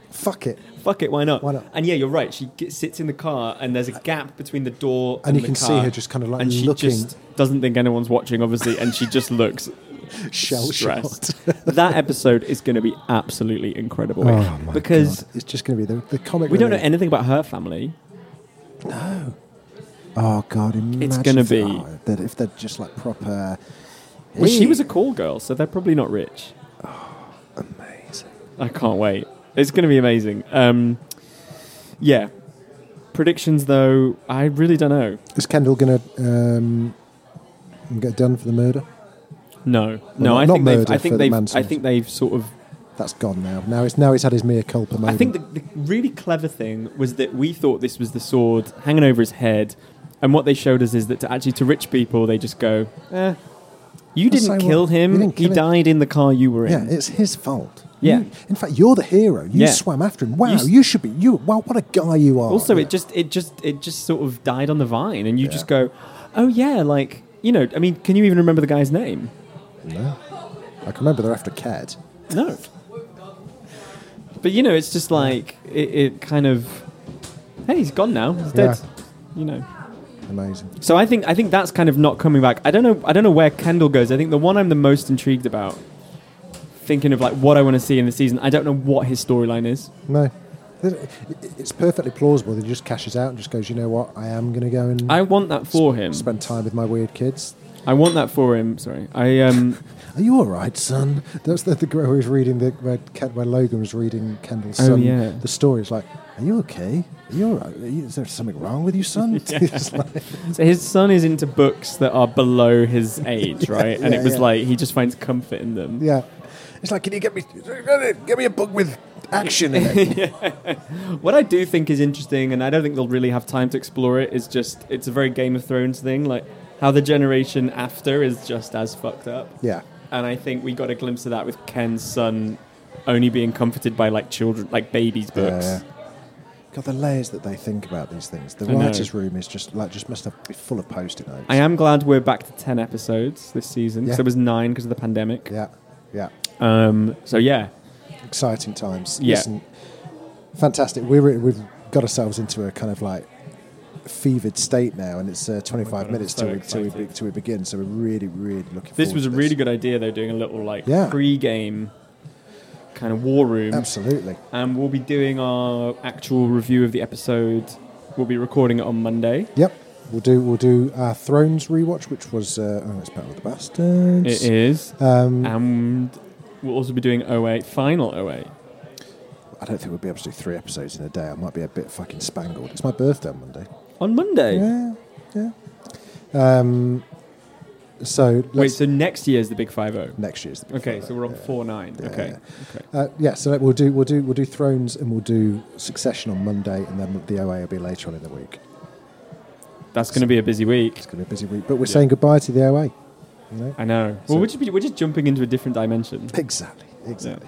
Speaker 1: Fuck it.
Speaker 3: Fuck it, why not?
Speaker 1: Why not? Uh,
Speaker 3: And yeah, you're right. She gets, sits in the car, and there's a gap between the door
Speaker 1: And
Speaker 3: and,
Speaker 1: you
Speaker 3: the
Speaker 1: can see
Speaker 3: car,
Speaker 1: her just kind of like
Speaker 3: and she
Speaker 1: looking-
Speaker 3: just doesn't think anyone's watching, obviously, and she just looks
Speaker 1: [LAUGHS] Shell shocked.
Speaker 3: stressed. that episode is going to be absolutely incredible
Speaker 1: Oh my
Speaker 3: because
Speaker 1: God. it's just going to be the, the comic.
Speaker 3: we don't know
Speaker 1: relief.
Speaker 3: anything about her family.
Speaker 1: Oh God! Imagine
Speaker 3: gonna
Speaker 1: if-
Speaker 3: be-
Speaker 1: oh, that if they're just like proper.
Speaker 3: Well, she
Speaker 1: Hey.
Speaker 3: was a call girl, so they're probably not rich.
Speaker 1: amazing.
Speaker 3: I can't wait. It's going to be amazing. Um, yeah. Predictions, though, I really don't know.
Speaker 1: Is Kendall going to um, get done for the murder?
Speaker 3: No, no.
Speaker 1: not-
Speaker 3: I
Speaker 1: not
Speaker 3: think they've.
Speaker 1: murder
Speaker 3: I
Speaker 1: for
Speaker 3: think
Speaker 1: the
Speaker 3: they've. I
Speaker 1: manslaughter.
Speaker 3: think they've sort of.
Speaker 1: That's gone now. Now it's now he's had his mere culpa moment.
Speaker 3: I think the, the really clever thing was that we thought this was the sword hanging over his head, and what they showed us is that to actually to rich people they just go, eh, "You
Speaker 1: That's
Speaker 3: didn't
Speaker 1: so
Speaker 3: kill
Speaker 1: what-
Speaker 3: him.
Speaker 1: you didn't
Speaker 3: he
Speaker 1: kill him."
Speaker 3: died in the car you were in."
Speaker 1: yeah, it's his fault.
Speaker 3: Yeah.
Speaker 1: You- in fact, you're the hero. You
Speaker 3: Yeah.
Speaker 1: swam after him. Wow,
Speaker 3: You
Speaker 1: you,
Speaker 3: s-
Speaker 1: should be. You wow, what a guy you are.
Speaker 3: also,
Speaker 1: Yeah.
Speaker 3: it just it just it just sort of died on the vine, and you just go, "Oh yeah," like you know. I mean, can you even remember the guy's name?
Speaker 1: I can remember they're after Cad.
Speaker 3: No. But you know, it's just like it, it kind of. Hey, he's gone now. He's dead. You know.
Speaker 1: Amazing.
Speaker 3: So I think I think that's kind of not coming back. I don't know I don't know where Kendall goes. I think the one I'm the most intrigued about, thinking of like what I want to see in the season. I don't know what his storyline is.
Speaker 1: No, It- it- it's perfectly plausible. That he just cashes out and just goes. You know what? I am going to go and
Speaker 3: I want that for him.
Speaker 1: spend time with my weird kids.
Speaker 3: I want that for him. Sorry. I um.
Speaker 1: Are you all right, son? That's the, the girl who was reading the where, Ken, where Logan was reading Kendall's
Speaker 3: Oh,
Speaker 1: son.
Speaker 3: yeah.
Speaker 1: The story is like, are you okay? Are you all right? Are you- is there something wrong with you,
Speaker 3: [LAUGHS]
Speaker 1: son? [LAUGHS] It's like-
Speaker 3: So his son is into books that are below his
Speaker 1: [LAUGHS]
Speaker 3: age, right? and
Speaker 1: yeah,
Speaker 3: it was
Speaker 1: yeah.
Speaker 3: like he just finds comfort in them.
Speaker 1: yeah. It's like, can you get me get me a book with action in
Speaker 3: [LAUGHS]
Speaker 1: it?
Speaker 3: What I do think is interesting, and I don't think they'll really have time to explore it, is just it's a very Game of Thrones thing, like how the generation after is just as fucked up.
Speaker 1: yeah.
Speaker 3: And I think we got a glimpse of that with Ken's son only being comforted by like children, like babies' books.
Speaker 1: Yeah, God, the layers that they think about these things. The
Speaker 3: know.
Speaker 1: writers' room is just like just must have be full of post-it notes.
Speaker 3: I am glad we're back to ten episodes this season. 'cause
Speaker 1: Yeah.
Speaker 3: There was nine because of the pandemic.
Speaker 1: Yeah, yeah.
Speaker 3: Um, so yeah,
Speaker 1: Exciting times.
Speaker 3: Yeah.
Speaker 1: Listen, fantastic. We're, we've got ourselves into a kind of like fevered state now, and it's uh, 25
Speaker 3: Oh God, I'm
Speaker 1: minutes
Speaker 3: so
Speaker 1: till, we, till, we, be-
Speaker 3: excited.
Speaker 1: till we begin. So we're really, really looking.
Speaker 3: this
Speaker 1: forward
Speaker 3: was
Speaker 1: to
Speaker 3: a really good idea though, doing a little like
Speaker 1: Yeah.
Speaker 3: pre-game kind of war room.
Speaker 1: Absolutely.
Speaker 3: and we'll be doing our actual review of the episode. We'll be recording it on Monday.
Speaker 1: Yep. We'll do we'll do our Thrones rewatch, which was uh, oh, it's Battle of the Bastards.
Speaker 3: It is,
Speaker 1: Um,
Speaker 3: and we'll also be doing 08 final 08.
Speaker 1: I don't think we'll be able to do three episodes in a day. I might be a bit fucking spangled. It's my birthday on Monday.
Speaker 3: on Monday.
Speaker 1: Yeah, yeah. Um, so
Speaker 3: Wait,
Speaker 1: let's,
Speaker 3: so next year is the big five oh. zero.
Speaker 1: next year's. the big
Speaker 3: Okay,
Speaker 1: five,
Speaker 3: so we're on
Speaker 1: yeah.
Speaker 3: four nine. Okay, okay.
Speaker 1: Uh, yeah, so we'll do we'll do we'll do Thrones and we'll do Succession on Monday, and then the OA will be later on in the week.
Speaker 3: That's going to be a busy week.
Speaker 1: It's going to be a busy week, but we're saying goodbye to the OA. You know,
Speaker 3: I know.
Speaker 1: So-
Speaker 3: well, we're just, we're just jumping into a different dimension.
Speaker 1: exactly, exactly.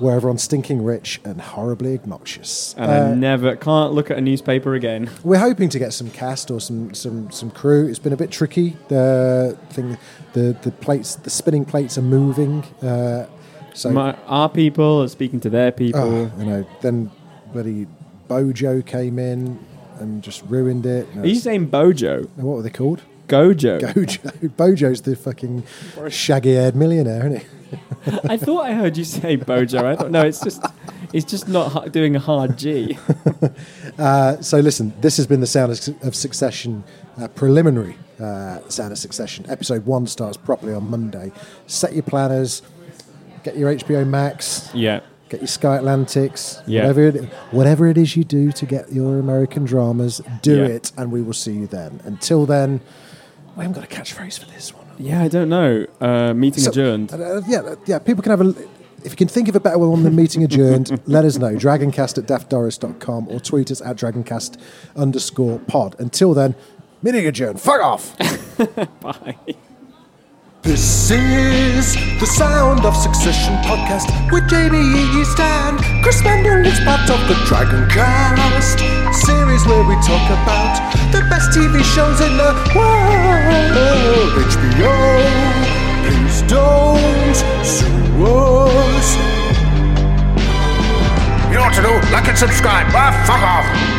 Speaker 1: Where everyone's stinking rich and horribly obnoxious. Uh,
Speaker 3: And I never can't look at a newspaper again.
Speaker 1: We're hoping to get some cast or some some some crew. It's been a bit tricky. The thing, the the plates, the spinning plates are moving. Uh, so
Speaker 3: My, our people are speaking to their people.
Speaker 1: oh, you know, then bloody Bojo came in and just ruined it. No,
Speaker 3: Are you saying Bojo?
Speaker 1: what were they called? [LAUGHS]
Speaker 3: Gojo?
Speaker 1: Gojo. Bojo's the fucking shaggy-haired millionaire, isn't he?
Speaker 3: [LAUGHS] I thought I heard you say Bojo. I thought no, it's just it's just not ha- doing a hard
Speaker 1: [LAUGHS]
Speaker 3: G.
Speaker 1: So listen, this has been the Sound of- of Succession uh, preliminary uh, Sound of Succession. Episode one starts properly on Monday. Set your planners. Get your HBO Max.
Speaker 3: yeah.
Speaker 1: Get your Sky Atlantics.
Speaker 3: Yeah.
Speaker 1: Whatever it, whatever it is you do to get your American dramas, do
Speaker 3: Yeah.
Speaker 1: it, and we will see you then. Until then, we haven't got a catchphrase for this one.
Speaker 3: Yeah, I don't know. Uh, meeting
Speaker 1: So-
Speaker 3: adjourned.
Speaker 1: Uh, yeah, uh, yeah. People can have a. If you can think of a better one than meeting
Speaker 3: [LAUGHS]
Speaker 1: adjourned, let us know. Dragoncast at daftdoris.com or tweet us at dragoncast underscore pod. Until then, meeting adjourned. Fuck off.
Speaker 3: [LAUGHS] Bye.
Speaker 4: This is the Sound of Succession podcast with Jamie East and Chris Mandel. It's part of the Dragon Cast series where we talk about the best TV shows in the world. HBO, please don't sue us.
Speaker 5: You know what to do? Like and subscribe. Ah, fuck off.